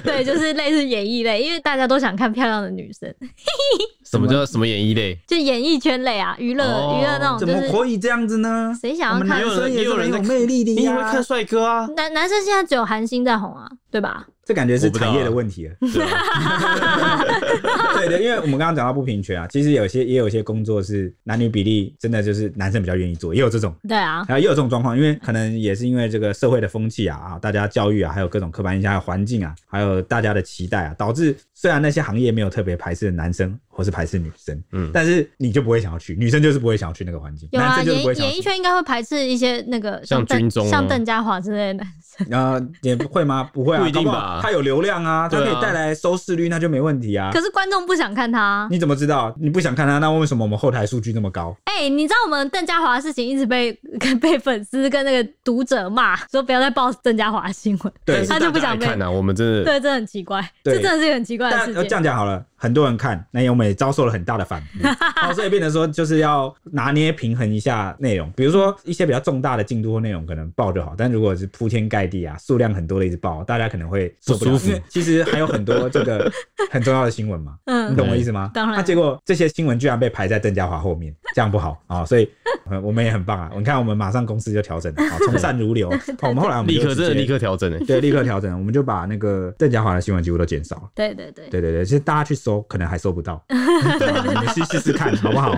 [SPEAKER 2] 对，就是类似演艺类，因为大家都想看漂亮的女生，
[SPEAKER 3] 什么叫什么演艺类？
[SPEAKER 2] 就演艺圈类啊，娱乐
[SPEAKER 3] 哦
[SPEAKER 2] 娱乐那种，
[SPEAKER 1] 怎
[SPEAKER 2] 就
[SPEAKER 1] 么
[SPEAKER 2] 是
[SPEAKER 1] 可以这样子呢？
[SPEAKER 2] 谁
[SPEAKER 1] 我
[SPEAKER 2] 想要
[SPEAKER 1] 们男
[SPEAKER 2] 看
[SPEAKER 3] 有
[SPEAKER 1] 生
[SPEAKER 3] 人
[SPEAKER 1] 也
[SPEAKER 3] 也
[SPEAKER 1] 是
[SPEAKER 3] 有
[SPEAKER 1] 很
[SPEAKER 3] 人
[SPEAKER 1] 有
[SPEAKER 3] 在
[SPEAKER 1] 魅力的
[SPEAKER 3] 你也会
[SPEAKER 1] 呀
[SPEAKER 3] 看。帅哥啊？
[SPEAKER 2] 男男生现在只有韩星在红啊，对吧？
[SPEAKER 1] 这感觉是
[SPEAKER 3] 我不知道
[SPEAKER 1] 产
[SPEAKER 3] 啊
[SPEAKER 1] 业的问 题了。
[SPEAKER 3] 对啊
[SPEAKER 1] 对的，因为我们刚刚讲到不平权啊，其实有些也有些工作是男女比例真的就是男生比较愿意做，也有这种。
[SPEAKER 2] 对啊，
[SPEAKER 1] 啊，也有这种状况，因为可能也是因为这个社会的风气啊啊，大家教育啊，还有各种刻板印象、还有环境啊，还有大家的期待啊，导致虽然那些行业没有特别排斥男生或是排斥女生，嗯
[SPEAKER 3] 嗯，
[SPEAKER 1] 但是你就不会想要去，女生就是不会想要去那个环境，
[SPEAKER 2] 有
[SPEAKER 1] 男
[SPEAKER 2] 啊，
[SPEAKER 1] 生就是
[SPEAKER 2] 演
[SPEAKER 1] 不会想要
[SPEAKER 2] 演艺
[SPEAKER 1] 去。
[SPEAKER 2] 圈应该会排斥一些那个
[SPEAKER 3] 像
[SPEAKER 2] 邓
[SPEAKER 3] 军中啊
[SPEAKER 2] 像邓家华之类的男生。
[SPEAKER 1] 啊、也不会吗？不会啊，
[SPEAKER 3] 不一定
[SPEAKER 1] 搞不好
[SPEAKER 3] 吧啊
[SPEAKER 1] 它。有流量啊，它可
[SPEAKER 3] 对啊
[SPEAKER 1] 以带来收视率，那就没问题啊。
[SPEAKER 2] 可是观众不想看他啊。
[SPEAKER 1] 你怎么知道？你不想看它，那为什么我们后台数据那么高？
[SPEAKER 2] 哎、你知道我们邓家华的事情一直被 被粉丝跟那个读者骂，说不要再报邓家华的新闻。
[SPEAKER 1] 对
[SPEAKER 2] 他就不想被
[SPEAKER 3] 看啊，我们真的
[SPEAKER 2] 对，这很奇怪，
[SPEAKER 1] 对
[SPEAKER 2] 这真的是一个很奇怪的
[SPEAKER 1] 但
[SPEAKER 2] 事
[SPEAKER 1] 呃这
[SPEAKER 2] 件。
[SPEAKER 1] 样讲好了，很多人看，那我们也遭受了很大的 反扑，好所以变成说就是要拿捏平衡一下内容。比如说一些比较重大的进度或内容，可能爆就好，但如果是铺天盖地啊，数量很多的一直爆，大家可能会受不了。
[SPEAKER 3] 不舒服
[SPEAKER 1] 因为其实还有很多这个很重要的新闻嘛，你
[SPEAKER 2] 嗯，
[SPEAKER 1] 懂我意思吗？
[SPEAKER 2] 当然
[SPEAKER 1] 那、结果这些新闻居然被排在邓家华后面，这样不好啊、所以呃我们也很棒啊！你看，我们马上公司就调 整了，啊，从善如流。哦我们后来我们
[SPEAKER 3] 立
[SPEAKER 1] 就
[SPEAKER 3] 刻真的
[SPEAKER 1] 直接
[SPEAKER 3] 立刻调整欸诶。
[SPEAKER 1] 对立刻调整，我们就把那个邓家华的新闻几乎都减少了。
[SPEAKER 2] 对对对，
[SPEAKER 1] 对对对，其实大家去搜可能还搜不到，啊你们去试试看好不好？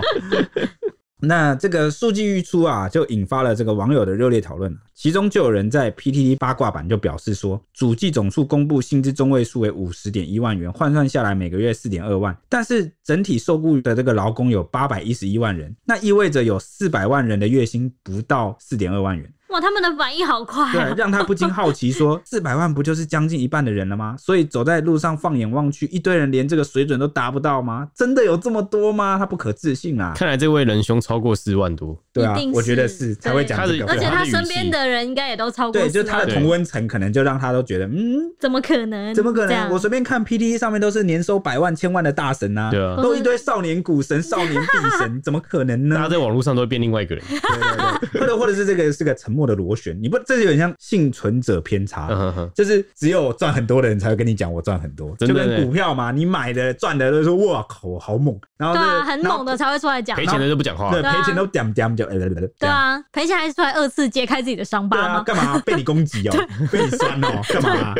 [SPEAKER 1] 那这个数据一出啊，就引发了这个网友的热烈讨论，啊其中就有人在 PTT 八卦版就表示说，主计总处公布薪资中位数为五十点一万元，换算下来每个月四点二万，但是整体受雇的这个劳工有八百一十一万人，那意味着有四百万人的月薪不到四点二万元。
[SPEAKER 2] 哇，他们的反应好 快、
[SPEAKER 1] 对，
[SPEAKER 2] 啊。
[SPEAKER 1] 让他不禁好奇说：“四百万不就是将近一半的人了吗？所以走在路上放眼望去，一堆人连这个水准都达不到吗？真的有这么多吗？”他不可置信啊！
[SPEAKER 3] 看来这位仁兄超过四万多，
[SPEAKER 1] 对啊
[SPEAKER 2] 一定，是
[SPEAKER 1] 我觉得是才会讲这
[SPEAKER 3] 对
[SPEAKER 1] 个
[SPEAKER 2] 而且
[SPEAKER 1] 话。
[SPEAKER 2] 他身边的啊人应该也都超过
[SPEAKER 1] 对，
[SPEAKER 2] 四
[SPEAKER 1] 就
[SPEAKER 2] 万，
[SPEAKER 1] 是他的
[SPEAKER 3] 对
[SPEAKER 1] 同温层可能就让他都觉得，嗯，
[SPEAKER 2] 怎么可能？
[SPEAKER 1] 怎么可
[SPEAKER 2] 这
[SPEAKER 1] 能？
[SPEAKER 2] 样
[SPEAKER 1] 我随便看 PTT 上面都是年收百万、千万的大神呐、
[SPEAKER 3] 对啊
[SPEAKER 1] 都一堆少年股神、少年币神，怎么可能
[SPEAKER 3] 大家
[SPEAKER 1] 呢？
[SPEAKER 3] 在网络上都会变另外一个人。
[SPEAKER 1] 对对对，或者或者是这个是个沉默的螺旋，你不，这有点像幸存者偏差。
[SPEAKER 3] 嗯哼哼，
[SPEAKER 1] 就是只有赚很多的人才会跟你讲我赚很多，
[SPEAKER 3] 真
[SPEAKER 1] 就
[SPEAKER 3] 的耶
[SPEAKER 1] 跟股票嘛，你买的赚的都说哇靠好猛，然后
[SPEAKER 2] 对
[SPEAKER 1] 这
[SPEAKER 2] 啊，很猛，的才会出来讲
[SPEAKER 3] 赔。钱的就不讲
[SPEAKER 1] 然
[SPEAKER 3] 话
[SPEAKER 1] 后
[SPEAKER 3] 了。
[SPEAKER 1] 对，
[SPEAKER 2] 对啊
[SPEAKER 1] 赔钱都点点就呃 呃呃这
[SPEAKER 2] 对
[SPEAKER 1] 样
[SPEAKER 2] 啊，赔钱还出来二次揭开自己的伤
[SPEAKER 1] 对
[SPEAKER 2] 疤
[SPEAKER 1] 啊，
[SPEAKER 2] 吗？
[SPEAKER 1] 干嘛被你攻 击哦，被你酸哦，干嘛啊？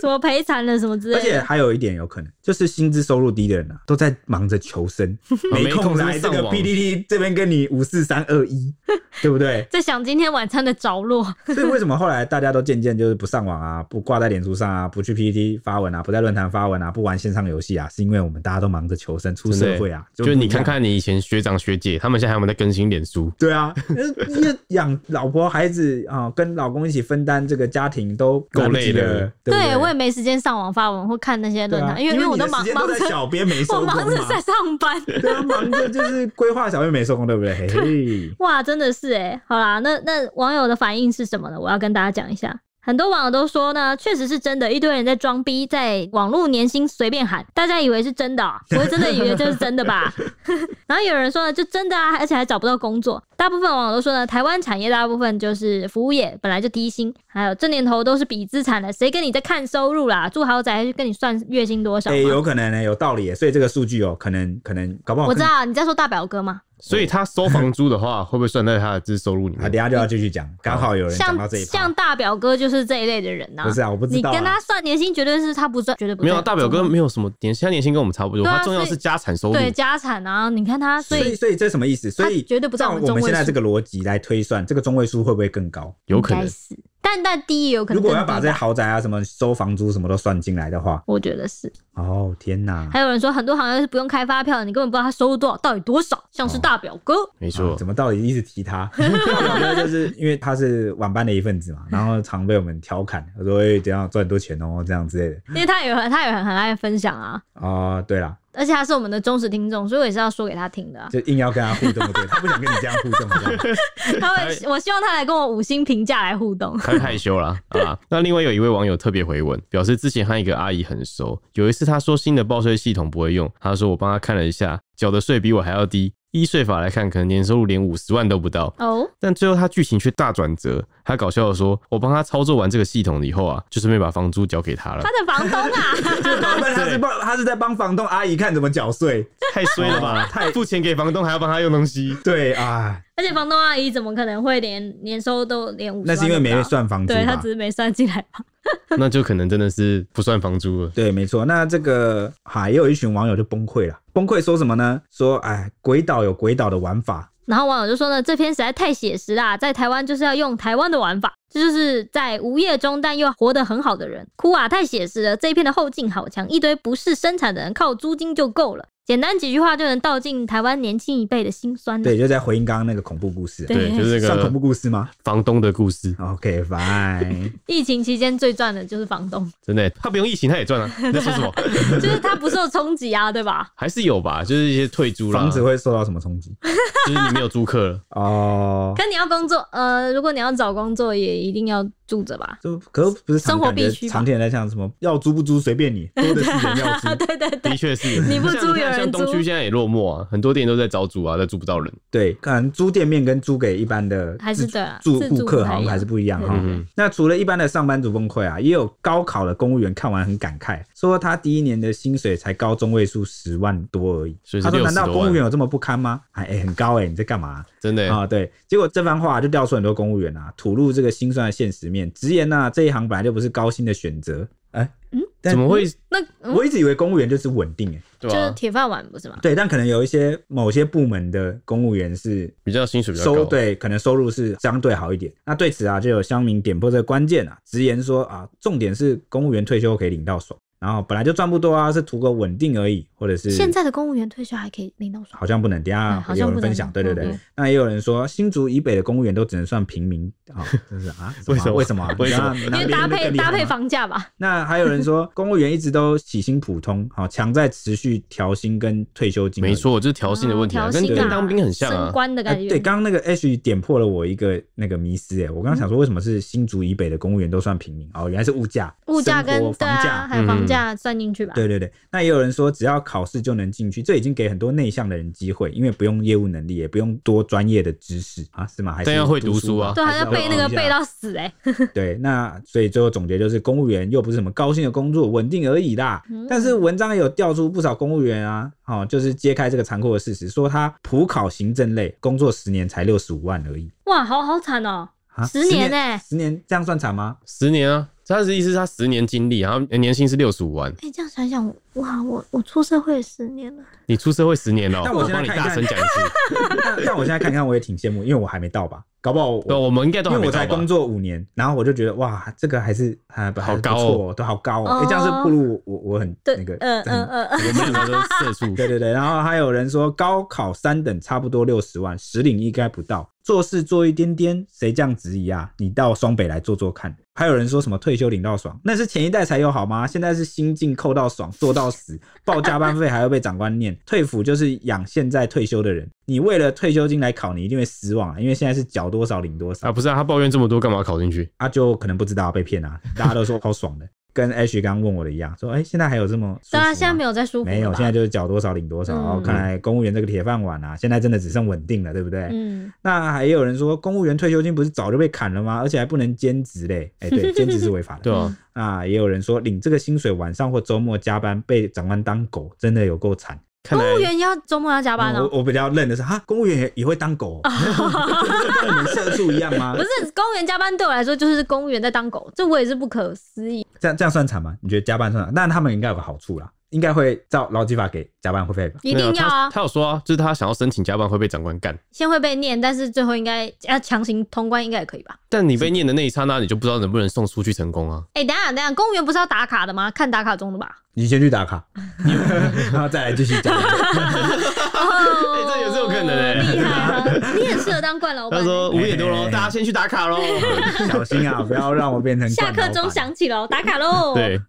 [SPEAKER 2] 什么赔惨了什么之
[SPEAKER 1] 而
[SPEAKER 2] 类
[SPEAKER 1] 且
[SPEAKER 2] 的，
[SPEAKER 1] 还有一点有可能，就是薪资收入低的人啊，都在忙着求 生，没空来这
[SPEAKER 3] 哦没空上
[SPEAKER 1] 个
[SPEAKER 3] 网
[SPEAKER 1] PDD 这边跟你五四三二一，对不对？
[SPEAKER 2] 在想今天晚餐的着落。
[SPEAKER 1] 所以为什么后来大家都渐渐就是不上网啊，不挂在脸书上啊，不去 PPT 发文啊，不在论坛发文啊，不玩线上游戏啊，是因为我们大家都忙着求生、出社会啊，
[SPEAKER 3] 欸就
[SPEAKER 1] 不一
[SPEAKER 3] 是
[SPEAKER 1] 样
[SPEAKER 3] 你看。看你以前学长学姐，他们现在还有没有在更新脸书？
[SPEAKER 1] 对啊，因为养老婆孩子啊、跟老公一起分担这个家庭都来
[SPEAKER 3] 够累
[SPEAKER 1] 不及
[SPEAKER 3] 了
[SPEAKER 1] 了。对不
[SPEAKER 2] 对
[SPEAKER 1] 对，
[SPEAKER 2] 我也没时间上网发文或看那些
[SPEAKER 1] 对
[SPEAKER 2] 论
[SPEAKER 1] 啊，
[SPEAKER 2] 坛，因为
[SPEAKER 1] 因
[SPEAKER 2] 我
[SPEAKER 1] 你的
[SPEAKER 2] 都忙
[SPEAKER 1] 时间
[SPEAKER 2] 忙
[SPEAKER 1] 都在
[SPEAKER 2] 着，
[SPEAKER 1] 小编没
[SPEAKER 2] 我
[SPEAKER 1] 收工
[SPEAKER 2] 忙着在
[SPEAKER 1] 嘛，
[SPEAKER 2] 上班。
[SPEAKER 1] 对啊，忙着就是规划小编没收工，对不 对？嘿嘿。
[SPEAKER 2] 哇，真的是哎、好啦，那那网友的反应是什么呢？我要跟大家讲一下。很多网友都说呢，确实是真的，一堆人在装逼，在网络年薪随便喊，大家以为是真的、啊，不会真的以为这是真的吧？ 然后有人说呢，就真的啊，而且还找不到工作。大部分网友都说呢，台湾产业大部分就是服务业，本来就低薪，还有这年头都是比资产的，谁跟你在看收入啦？住豪宅还是跟你算月薪多少
[SPEAKER 1] 哎、
[SPEAKER 2] 吗？
[SPEAKER 1] 有可能呢、有道理耶、所以这个数据哦，可能可能搞不好
[SPEAKER 2] 我知道啊你在说大表哥吗？
[SPEAKER 3] 所以他收房租的话，会不会算在他的自收入里
[SPEAKER 1] 啊，等一
[SPEAKER 3] 面？
[SPEAKER 1] 下就要继续讲，刚好有人讲到
[SPEAKER 2] 像
[SPEAKER 1] 这一趴。
[SPEAKER 2] 像大表哥就是这一类的人呐、
[SPEAKER 1] 不是啊，我不知
[SPEAKER 2] 你
[SPEAKER 1] 道、啊。
[SPEAKER 2] 跟他算年薪，绝对是他不算，绝对不
[SPEAKER 3] 没有啊，
[SPEAKER 2] 在
[SPEAKER 3] 大表哥
[SPEAKER 2] 中
[SPEAKER 3] 没有什么年薪，他年薪跟我们差不多，
[SPEAKER 2] 对啊
[SPEAKER 3] 他重要
[SPEAKER 2] 所
[SPEAKER 3] 是
[SPEAKER 2] 以
[SPEAKER 3] 家产收入。
[SPEAKER 2] 对家产啊，你看他，所
[SPEAKER 1] 所以
[SPEAKER 2] 以
[SPEAKER 1] 所以这什么意思？所以
[SPEAKER 2] 它绝对不在
[SPEAKER 1] 照
[SPEAKER 2] 我们
[SPEAKER 1] 我
[SPEAKER 2] 中位
[SPEAKER 1] 们
[SPEAKER 2] 数
[SPEAKER 1] 现在这个逻辑来推算，这个中位数会不会更高？
[SPEAKER 3] 有可能
[SPEAKER 2] 应该是，但但低也有可能
[SPEAKER 1] 如
[SPEAKER 2] 更低吧。
[SPEAKER 1] 果要把这些豪宅啊、什么收房租什么都算进来的话，
[SPEAKER 2] 我觉得是，
[SPEAKER 1] 哦天哪！
[SPEAKER 2] 还有人说很多行业是不用开发票的，你根本不知道他收入多少，到底多少，像是大表哥。
[SPEAKER 3] 没
[SPEAKER 1] 啊
[SPEAKER 3] 错
[SPEAKER 1] 怎，么到底一直提他？ 大表哥就是因为他是晚班的一份子嘛，然后常被我们调侃，他说：“哎、这样赚很多钱哦，这样之类的。
[SPEAKER 2] 因为他也很他也很很爱分享啊，”
[SPEAKER 1] 哦，对啦，
[SPEAKER 2] 而且他是我们的忠实听众，所以我也是要说给他听的啊、
[SPEAKER 1] 就硬要跟他互动，对，他不想跟你这样互动，这样
[SPEAKER 2] 他会，我希望他来跟我五星评价来互动。
[SPEAKER 3] 他害羞啦 啊。那另外有一位网友特别回文，表示之前和一个阿姨很熟，有一次她说新的报税系统不会用，她说我帮她看了一下，缴的税比我还要低，依税法来看，可能年收入连五十万都不到。
[SPEAKER 2] 哦，
[SPEAKER 3] 但最后她剧情却大转折，她搞笑的说：“我帮她操作完这个系统以后啊，就顺便把房租交给她了
[SPEAKER 2] 他，的房东 啊，
[SPEAKER 1] 就他们他是帮他是在帮房东阿姨看怎么缴税，
[SPEAKER 3] 太衰了吧！太付钱给房东还要帮他用东西，
[SPEAKER 1] 对啊，
[SPEAKER 2] 而且房东阿姨怎么可能会连年收都连五？
[SPEAKER 1] 那是因为没人，算房租
[SPEAKER 2] 对他
[SPEAKER 1] 吧
[SPEAKER 2] 只？是没算进来吧。
[SPEAKER 3] 那就可能真的是不算房租了。
[SPEAKER 1] 对，没错。那这个哈，也有一群网友就崩溃了。崩溃说什么呢？说哎，鬼岛有鬼岛的玩法，
[SPEAKER 2] 然后网友就说呢，这篇实在太写实啦，在台湾就是要用台湾的玩法，这就是在无业中但又活得很好的人，哭啊，太写实了。这一篇的后劲好强，一堆不是生产的人靠租金就够了。简单几句话就能道尽台湾年轻一辈的辛酸了。
[SPEAKER 1] 对，就在回应刚刚那个恐怖故事啊、
[SPEAKER 2] 对
[SPEAKER 3] 对，就是那
[SPEAKER 1] 算恐怖
[SPEAKER 3] 个
[SPEAKER 1] 故事吗
[SPEAKER 3] 房东的故事，
[SPEAKER 1] ？OK fine，
[SPEAKER 2] 疫情期间最赚的就是房东，
[SPEAKER 3] 真的，他不用疫情他也赚 了、你在说什么？
[SPEAKER 2] 就是他不受冲击啊，对吧？
[SPEAKER 3] 还是有吧，就是一些退租啦，
[SPEAKER 1] 房子会受到什么冲击？
[SPEAKER 3] 就是你没有租客 了，
[SPEAKER 1] 哦，
[SPEAKER 2] 可你要工作，呃，如果你要找工作，也一定要住着吧。
[SPEAKER 1] 就可是不是常
[SPEAKER 2] 生活
[SPEAKER 1] 感觉
[SPEAKER 2] 必须吧
[SPEAKER 1] 常听人在像什么要租不租随便你，多的是人要租。
[SPEAKER 2] 对对对，
[SPEAKER 3] 的确是。
[SPEAKER 2] 你不租
[SPEAKER 3] 像
[SPEAKER 2] 有人
[SPEAKER 3] 像东
[SPEAKER 2] 租
[SPEAKER 3] 区现在也落寞啊，很多店都在招租啊，但租不到人。
[SPEAKER 1] 对，可能租店面跟租给一般的
[SPEAKER 2] 还是
[SPEAKER 1] 自
[SPEAKER 2] 对啊
[SPEAKER 1] 住
[SPEAKER 2] 自
[SPEAKER 1] 顾
[SPEAKER 2] 住
[SPEAKER 1] 客
[SPEAKER 2] 不太
[SPEAKER 1] 好
[SPEAKER 2] 一
[SPEAKER 1] 像还
[SPEAKER 2] 样
[SPEAKER 1] 是不一样
[SPEAKER 2] 对
[SPEAKER 1] 哈
[SPEAKER 3] 对对。
[SPEAKER 1] 那除了一般的上班族崩溃啊，也有高考的公务员看完很感慨，说他第一年的薪水才高中位数十万多而已
[SPEAKER 3] 所以。是
[SPEAKER 1] 他说：“难道
[SPEAKER 3] 60多
[SPEAKER 1] 公
[SPEAKER 3] 万
[SPEAKER 1] 务员有这么不堪吗？”哎、哎很高哎、你在干嘛
[SPEAKER 3] 真的、
[SPEAKER 1] 啊、对，结果这番话就调出很多公务员啊，吐露这个辛酸的现实面，直言呐、这一行本来就不是高薪的选择。哎、
[SPEAKER 2] 嗯
[SPEAKER 1] 但
[SPEAKER 3] 怎么会？嗯
[SPEAKER 2] 那、嗯、
[SPEAKER 1] 我一直以为公务员就是稳定哎、
[SPEAKER 3] 对
[SPEAKER 2] 就是
[SPEAKER 3] 吧？
[SPEAKER 2] 铁饭碗不是吗？
[SPEAKER 1] 对，但可能有一些某些部门的公务员是
[SPEAKER 3] 比较薪水比较
[SPEAKER 1] 收
[SPEAKER 3] 高，，
[SPEAKER 1] 对，可能收入是相对好一点。那对此啊，就有乡民点破这个关键啊，直言说啊，重点是公务员退休后可以领到手，然后本来就赚不多啊，是图个稳定而已，或者是
[SPEAKER 2] 现在的公务员退休还可以领到爽，
[SPEAKER 1] 好像不能，等一
[SPEAKER 2] 嗯
[SPEAKER 1] 下
[SPEAKER 2] 好
[SPEAKER 1] 有
[SPEAKER 2] 像
[SPEAKER 1] 人
[SPEAKER 2] 不能
[SPEAKER 1] 分享，对对对
[SPEAKER 2] 嗯。
[SPEAKER 1] 那也有人说，新竹以北的公务员都只能算平民啊，真是啊，
[SPEAKER 3] 为什么
[SPEAKER 1] 为什么啊？
[SPEAKER 3] 为什么
[SPEAKER 1] 你知道
[SPEAKER 2] 因为
[SPEAKER 1] 南边那
[SPEAKER 2] 搭
[SPEAKER 1] 个
[SPEAKER 2] 配
[SPEAKER 1] 厉害
[SPEAKER 2] 搭配
[SPEAKER 1] 吗
[SPEAKER 2] 房价吧。
[SPEAKER 1] 那还有人说，公务员一直都起薪普通，好强在持续调薪跟退休金而已。
[SPEAKER 3] 没错，就是调薪的问题啊，
[SPEAKER 2] 哦
[SPEAKER 3] 跟
[SPEAKER 2] 调薪
[SPEAKER 3] 跟当兵很像
[SPEAKER 2] 升
[SPEAKER 3] 啊。
[SPEAKER 2] 官的
[SPEAKER 1] 哎
[SPEAKER 2] 感觉。
[SPEAKER 1] 对，刚刚那个 H 点破了我一个那个迷思，哎，我刚刚想
[SPEAKER 2] 嗯
[SPEAKER 1] 说为什么是新竹以北的公务员都算平民？哦，原来是物价、
[SPEAKER 2] 物价
[SPEAKER 1] 生活
[SPEAKER 2] 跟对
[SPEAKER 1] 房
[SPEAKER 2] 啊，
[SPEAKER 1] 价。
[SPEAKER 2] 还有房价算进去吧。
[SPEAKER 1] 对对啊对，那也有人说只要考试就能进去，这已经给很多内向的人机会，因为不用业务能力，也不用多专业的知识啊，是吗？还是
[SPEAKER 3] 但要会读
[SPEAKER 1] 书
[SPEAKER 3] 书啊
[SPEAKER 2] 对，好
[SPEAKER 1] 还是
[SPEAKER 2] 像背
[SPEAKER 1] 要
[SPEAKER 2] 那个
[SPEAKER 1] 读一下
[SPEAKER 2] 背到死哎、
[SPEAKER 1] 对，那所以最后总结就是，公务员又不是什么高薪的工作，稳定而已啦。
[SPEAKER 2] 嗯
[SPEAKER 1] 但是文章也有调出不少公务员啊，哦，就是揭开这个残酷的事实，说他普考行政类工作十年才六十五万而已，
[SPEAKER 2] 哇，好好惨哦、
[SPEAKER 1] 啊，
[SPEAKER 2] 十年欸
[SPEAKER 1] 十年这样算惨吗？
[SPEAKER 3] 十年啊，他的意思是他十年经历，然后年薪是六十五万。
[SPEAKER 2] 哎、这样想想，哇，我我出社会十年了，
[SPEAKER 3] 你出社会十年了、哦
[SPEAKER 1] 但我
[SPEAKER 3] 我
[SPEAKER 1] 现在
[SPEAKER 3] 帮你
[SPEAKER 1] 看一
[SPEAKER 3] 大
[SPEAKER 1] 下
[SPEAKER 3] 声讲一次。
[SPEAKER 1] 但但我现在看看，我也挺羡慕，因为我还没到吧，搞不好
[SPEAKER 3] 对，啊
[SPEAKER 1] 我。
[SPEAKER 3] 我们应该都
[SPEAKER 1] 因
[SPEAKER 3] 还
[SPEAKER 1] 为
[SPEAKER 3] 没
[SPEAKER 1] 我
[SPEAKER 3] 到吧
[SPEAKER 1] 才工作五年，然后我就觉得哇，这个还是还不还
[SPEAKER 3] 好
[SPEAKER 1] 不
[SPEAKER 3] 高哦
[SPEAKER 1] 错哦，都好高哦，哎，这样是暴露我我很
[SPEAKER 2] 对，
[SPEAKER 1] 那个
[SPEAKER 2] 嗯
[SPEAKER 1] 很
[SPEAKER 2] 嗯嗯嗯，
[SPEAKER 3] 我们两个都是社 畜，
[SPEAKER 1] 对对对，然后还有人说高考三等差不多六十万，实领应该不到，做事做一点点，谁这样质疑啊？你到双北来做做看。还有人说什么退休领到爽，那是前一代才有好吗？现在是新进扣到爽，做到 死，报加班费还要被长官念，退辅就是养现在退休的人。你为了退休金来考，你一定会失望啊，因为现在是缴多少领多少
[SPEAKER 3] 啊，。不是啊，他抱怨这么多，干嘛考进去？
[SPEAKER 1] 啊，就可能不知道被骗啊，大家都说超爽的，跟 H 刚问我的一样，说哎、现在还有这么舒服
[SPEAKER 2] 对
[SPEAKER 1] 吗
[SPEAKER 2] 啊，现在没有在舒服了吧，
[SPEAKER 1] 没有，现在就是缴多少领多少。
[SPEAKER 2] 嗯
[SPEAKER 1] 哦看来公务员这个铁饭碗啊，现在真的只剩稳定了，对不对？
[SPEAKER 2] 嗯，
[SPEAKER 1] 那还有人说，公务员退休金不是早就被砍了吗？而且还不能兼职嘞。哎、 对，兼职是违法的。
[SPEAKER 3] 对
[SPEAKER 2] 嗯
[SPEAKER 3] 啊，
[SPEAKER 1] 啊，也有人说，领这个薪水晚上或周末加班被长官当狗，真的有够惨。
[SPEAKER 3] 看来
[SPEAKER 2] 公务员要周末要加班哦、
[SPEAKER 1] 我我比较认的是，哈，公务员也也会当狗、 哦， 跟你们社畜一样吗
[SPEAKER 2] 不？是公务员加班对我来说就是公务员在当狗，这我也是不可思议。
[SPEAKER 1] 这样这样算惨吗？你觉得加班算惨？但他们应该有个好处啦，应该会照劳基法给加班会费吧？
[SPEAKER 2] 一
[SPEAKER 3] 没有
[SPEAKER 2] 定要
[SPEAKER 3] 他
[SPEAKER 2] 啊，
[SPEAKER 3] 他有说啊，就是他想要申请加班会被长官干，
[SPEAKER 2] 先会被念，但是最后应该要强行通关，应该也可以吧？
[SPEAKER 3] 但你被念的那一刹那，你就不知道能不能送出去成功啊。
[SPEAKER 2] 哎、等一下等一下，公务员不是要打卡的吗？看打卡钟的吧？
[SPEAKER 1] 你先去打 卡，然后再来继续加班。
[SPEAKER 2] 哦，
[SPEAKER 3] 哎这也是有可能欸
[SPEAKER 2] 厉害啊！你很适合当惯老板
[SPEAKER 3] 他
[SPEAKER 2] 欸、
[SPEAKER 3] 说五点多
[SPEAKER 1] 哎
[SPEAKER 3] 喽，大家先去打 卡喽。
[SPEAKER 1] 小心啊，不要让我变成
[SPEAKER 2] 下
[SPEAKER 1] 惯
[SPEAKER 2] 课
[SPEAKER 1] 老
[SPEAKER 2] 钟
[SPEAKER 1] 板
[SPEAKER 2] 响起喽，打卡喽。，
[SPEAKER 3] 对，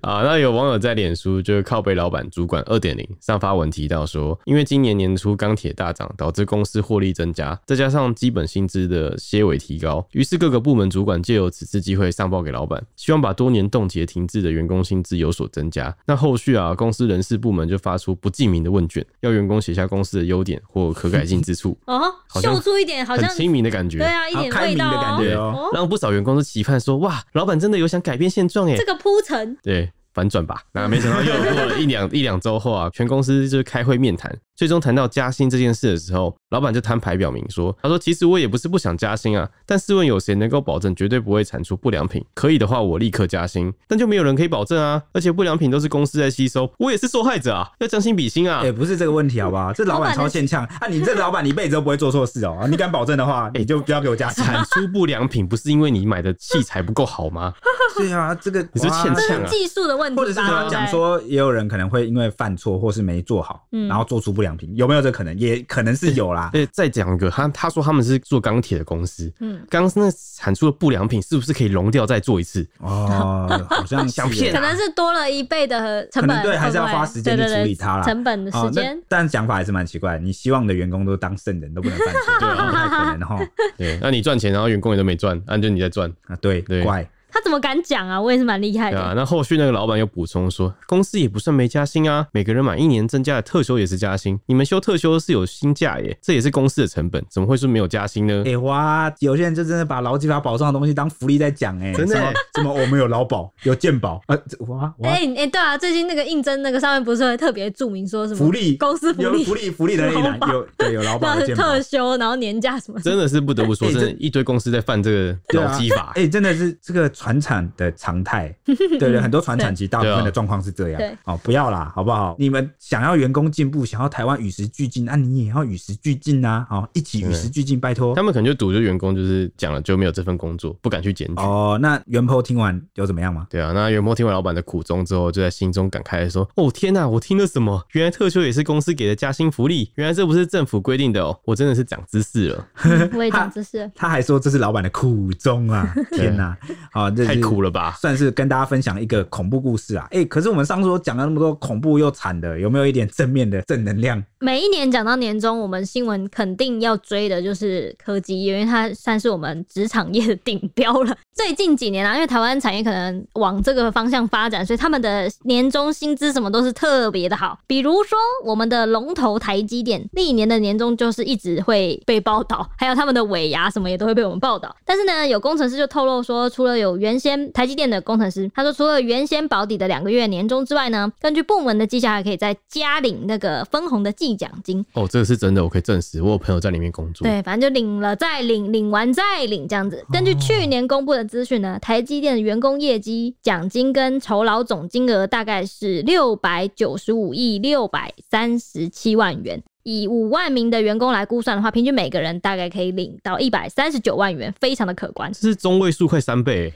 [SPEAKER 3] 啊，那有网友在脸书就是靠背老板主管二点零上发文提到说，因为今年年初钢铁大涨，导致公司获利增加，再加上基本薪资的些微提高，于是各个部门主管借由此次机会上报给老板，希望把多年冻结停滞的员工薪资有所增加。那后续啊，公司人事部门就发出不记名的问卷，要员工写下公司的优点或可改进之处
[SPEAKER 2] 哦，
[SPEAKER 3] 好像
[SPEAKER 2] 秀出一点，好
[SPEAKER 3] 很
[SPEAKER 2] 像
[SPEAKER 3] 亲民的感觉。
[SPEAKER 2] 对啊，一
[SPEAKER 1] 好
[SPEAKER 2] 点
[SPEAKER 1] 开
[SPEAKER 2] 味
[SPEAKER 1] 明的
[SPEAKER 2] 道
[SPEAKER 1] 感
[SPEAKER 2] 哦
[SPEAKER 1] 觉。
[SPEAKER 3] 对
[SPEAKER 1] 哦
[SPEAKER 3] 让不少员工都期盼说，哇，老板真的有想改变现状耶
[SPEAKER 2] 这。个铺陈，
[SPEAKER 3] 对，反转吧。那没想到又过了一两一两周后啊，全公司就是开会面谈，最终谈到加薪这件事的时候，老板就摊牌表明说：“他说其实我也不是不想加薪啊，但试问有谁能够保证绝对不会产出不良品？可以的话，我立刻加薪，但就没有人可以保证啊。而且不良品都是公司在吸收，我也是受害者啊，要将心比心啊。
[SPEAKER 1] 哎、不是这个问题，好不好？这老板超欠呛啊！你这老板，你一辈子都不会做错事哦、啊你敢保证的 话，你就不要给我加薪。
[SPEAKER 3] 产出不良品不是因为你买的器材不够好吗？
[SPEAKER 1] 对啊，这个
[SPEAKER 3] 你是欠
[SPEAKER 1] 哇
[SPEAKER 2] 这
[SPEAKER 3] 呛啊
[SPEAKER 2] 是技术的问题吧，
[SPEAKER 1] 或者是他讲说，也有人可能会因为犯错或是没做好，
[SPEAKER 2] 嗯
[SPEAKER 1] 然后做出不良品，有没有这可能？也可能是有 啦。
[SPEAKER 3] 而且再讲一个，他他说他们是做钢铁的公司，
[SPEAKER 2] 对不对，嗯，
[SPEAKER 3] 钢那产出的不良品是不是可以融掉再做 一次？
[SPEAKER 1] 哦，好像是
[SPEAKER 3] 想骗
[SPEAKER 2] 可能是多了一倍的成
[SPEAKER 1] 可
[SPEAKER 2] 本，
[SPEAKER 1] 能对还是要花时间去
[SPEAKER 2] 对对对
[SPEAKER 1] 处理它啦
[SPEAKER 2] 成本的时
[SPEAKER 1] 哦，
[SPEAKER 2] 间
[SPEAKER 1] 那。但讲法还是蛮奇怪。你希望你的员工都当圣人，都不能犯 错，
[SPEAKER 3] 对
[SPEAKER 1] 不太可能哈。哦
[SPEAKER 3] 对，那你赚钱，然后员工也都没赚，按、就你在赚，
[SPEAKER 1] 啊，对，
[SPEAKER 3] 对
[SPEAKER 1] 怪
[SPEAKER 2] 他怎么敢讲啊？我也是蛮厉害
[SPEAKER 3] 对啊。
[SPEAKER 2] 的。
[SPEAKER 3] 那后续那个老板又补充说，公司也不算没加薪啊，每个人满一年增加的特休也是加薪，你们休特休是有薪假耶，这也是公司的成本，怎么会是没有加薪呢？
[SPEAKER 1] 哎、哇，有些人就真的把劳基法保障的东西当福利在讲哎、
[SPEAKER 3] 真的
[SPEAKER 1] 什么什么我们有劳 保，有健保啊，这哇哇。
[SPEAKER 2] 哎哎、对啊，最近那个应征那个上面不是会特别注明说什么
[SPEAKER 1] 福利
[SPEAKER 2] 公司福
[SPEAKER 1] 有
[SPEAKER 2] 利、
[SPEAKER 1] 福利福利的那一栏
[SPEAKER 2] 劳保
[SPEAKER 1] 有对有劳保
[SPEAKER 2] 然后
[SPEAKER 1] 有
[SPEAKER 2] 是
[SPEAKER 1] 健保
[SPEAKER 2] 特，休，然后年假什么的。
[SPEAKER 3] 真的是不得不说，
[SPEAKER 1] 哎
[SPEAKER 3] 真的
[SPEAKER 1] 这，
[SPEAKER 3] 一堆公司在犯这个
[SPEAKER 1] 对
[SPEAKER 3] 劳
[SPEAKER 1] 啊
[SPEAKER 3] 基法。
[SPEAKER 1] 哎、真的是这个船产的常 态，对对，很多船产其实大部分的状况是这样。
[SPEAKER 2] 对啊
[SPEAKER 1] 哦，不要啦，好不好？你们想要员工进步，想要台湾与时俱进，那、你也要与时俱进啊！哦，一起与时俱进，拜托
[SPEAKER 3] 他。们可能就赌，就员工就是讲了就没有这份工作，不敢去检举。
[SPEAKER 1] 哦，那元坡听完有怎么样吗？
[SPEAKER 3] 对啊，那袁波听完老板的苦衷之后，就在心中感慨地说：“哦天呐，我听了什么？原来特休也是公司给的加薪福利，原来这不是政府规定的哦！我真的是长知识了，
[SPEAKER 2] 我也长知识了，
[SPEAKER 1] 他还说这是老板的苦衷 啊！天哪，好、这
[SPEAKER 3] 太苦
[SPEAKER 1] 了。
[SPEAKER 3] 了吧
[SPEAKER 1] 算是跟大家分享一个恐怖故事啊！哎、可是我们上周讲了那么多恐怖又惨的，有没有一点正面的正能量？
[SPEAKER 2] 每一年讲到年终，我们新闻肯定要追的就是科技业，因为它算是我们职场业的顶标了。 最近几年啊，因为台湾产业可能往这个方向发展，所以他们的年终薪资什么都是特别的好。比如说我们的龙头台积电，历年的年终就是一直会被报道，还有他们的尾牙什么也都会被我们报道。但是呢，有工程师就透露说，除了有原先台积电的工程师，他说除了原先保底的两个月年终之外呢，根据部门的绩效还可以再加领那个分红的季奖金。！”
[SPEAKER 3] 哦，这个是真的，我可以证实，我有朋友在里面工作。
[SPEAKER 2] 对，反正就领了再领，领完再领这样子。根据去年公布的资讯呢，台积电的员工业绩奖金跟酬劳总金额大概是六百九十五亿六百三十七万元。以五万名的员工来估算的话，平均每个人大概可以领到一百三十九万元，非常的可观。
[SPEAKER 3] 这是中位数快三倍，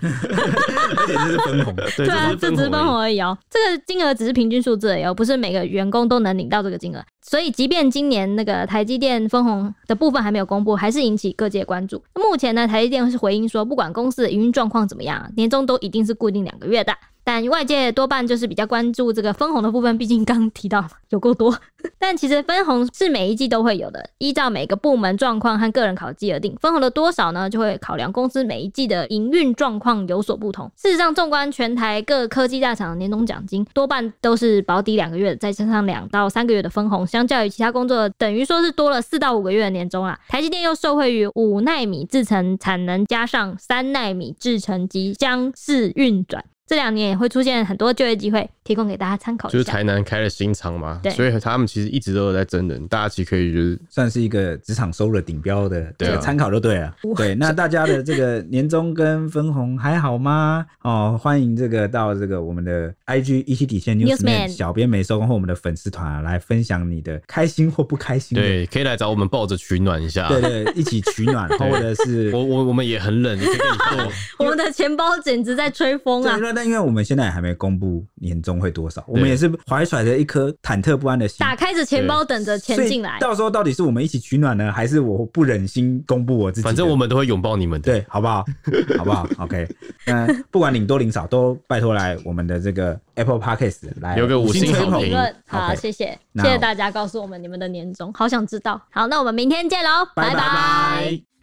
[SPEAKER 1] 而且这是分红，
[SPEAKER 3] 对，
[SPEAKER 2] 对啊，这
[SPEAKER 3] 这是
[SPEAKER 2] 只是
[SPEAKER 3] 分
[SPEAKER 2] 分红
[SPEAKER 3] 红而
[SPEAKER 2] 而
[SPEAKER 3] 已。
[SPEAKER 2] 已哦。这个金额只是平均数字而已哦，不是每个员工都能领到这个金额。所以，即便今年那个台积电分红的部分还没有公布，还是引起各界关注。目前呢，台积电是回应说，不管公司的营运状况怎么样，年终都一定是固定两个月的。但外界多半就是比较关注这个分红的部分，毕竟刚提到有够多。 但其实分红是每一季都会有的，依照每个部门状况和个人考绩而定。分红的多少呢，就会考量公司每一季的营运状况有所不同。事实上，纵观全台各科技大厂的年终奖金，多半都是保底两个月，再加上两到三个月的分红，相较于其他工作，等于说是多了四到五个月的年终啦。啊台积电又受惠于五纳米制程产能加上三纳米制程即将试运转。这两年也会出现很多就业机会，提供给大家参考一下。
[SPEAKER 3] 就是台南开了新厂嘛
[SPEAKER 2] 对，
[SPEAKER 3] 所以他们其实一直都有在真人，大家其实可以就是
[SPEAKER 1] 算是一个职场收入的顶标的
[SPEAKER 3] 对啊
[SPEAKER 1] 这个参考就对了。对，那大家的这个年终跟分红还好吗？哦，欢迎这个到这个我们的 IG ET 底线
[SPEAKER 2] Newsman
[SPEAKER 1] Newsman 小编没收工或我们的粉丝团、啊、来分享你的开心或不开心的。
[SPEAKER 3] 对，可以来找我们抱着取暖一下。
[SPEAKER 1] 对对，一起取 暖，或者是
[SPEAKER 3] 我我我们也很冷，你可以跟 你抱。
[SPEAKER 2] 我们的钱包简直在吹风啊
[SPEAKER 1] 对，！那但因为我们现在还没公布年终会多少，我们
[SPEAKER 3] 对
[SPEAKER 1] 也是怀揣着一颗忐忑不安的心
[SPEAKER 2] 打。开着钱包，等着钱进
[SPEAKER 1] 所
[SPEAKER 2] 来
[SPEAKER 1] 以。到时候到底是我们一起取暖呢，还是我不忍心公布我自己的？
[SPEAKER 3] 反正我们都会拥抱你们的。
[SPEAKER 1] 对，好不好？ 好不好？OK，那不管领多领少，都拜托来我们的这个 Apple Podcast 来
[SPEAKER 3] 留个五星
[SPEAKER 1] 吹
[SPEAKER 3] 好
[SPEAKER 1] 捧
[SPEAKER 3] 评
[SPEAKER 2] 评论，好，
[SPEAKER 1] OK，
[SPEAKER 2] 谢谢，
[SPEAKER 1] 那
[SPEAKER 2] 谢谢大家告诉我们你们的年终，好想知道。好，那我们明天见喽，拜
[SPEAKER 1] 拜拜。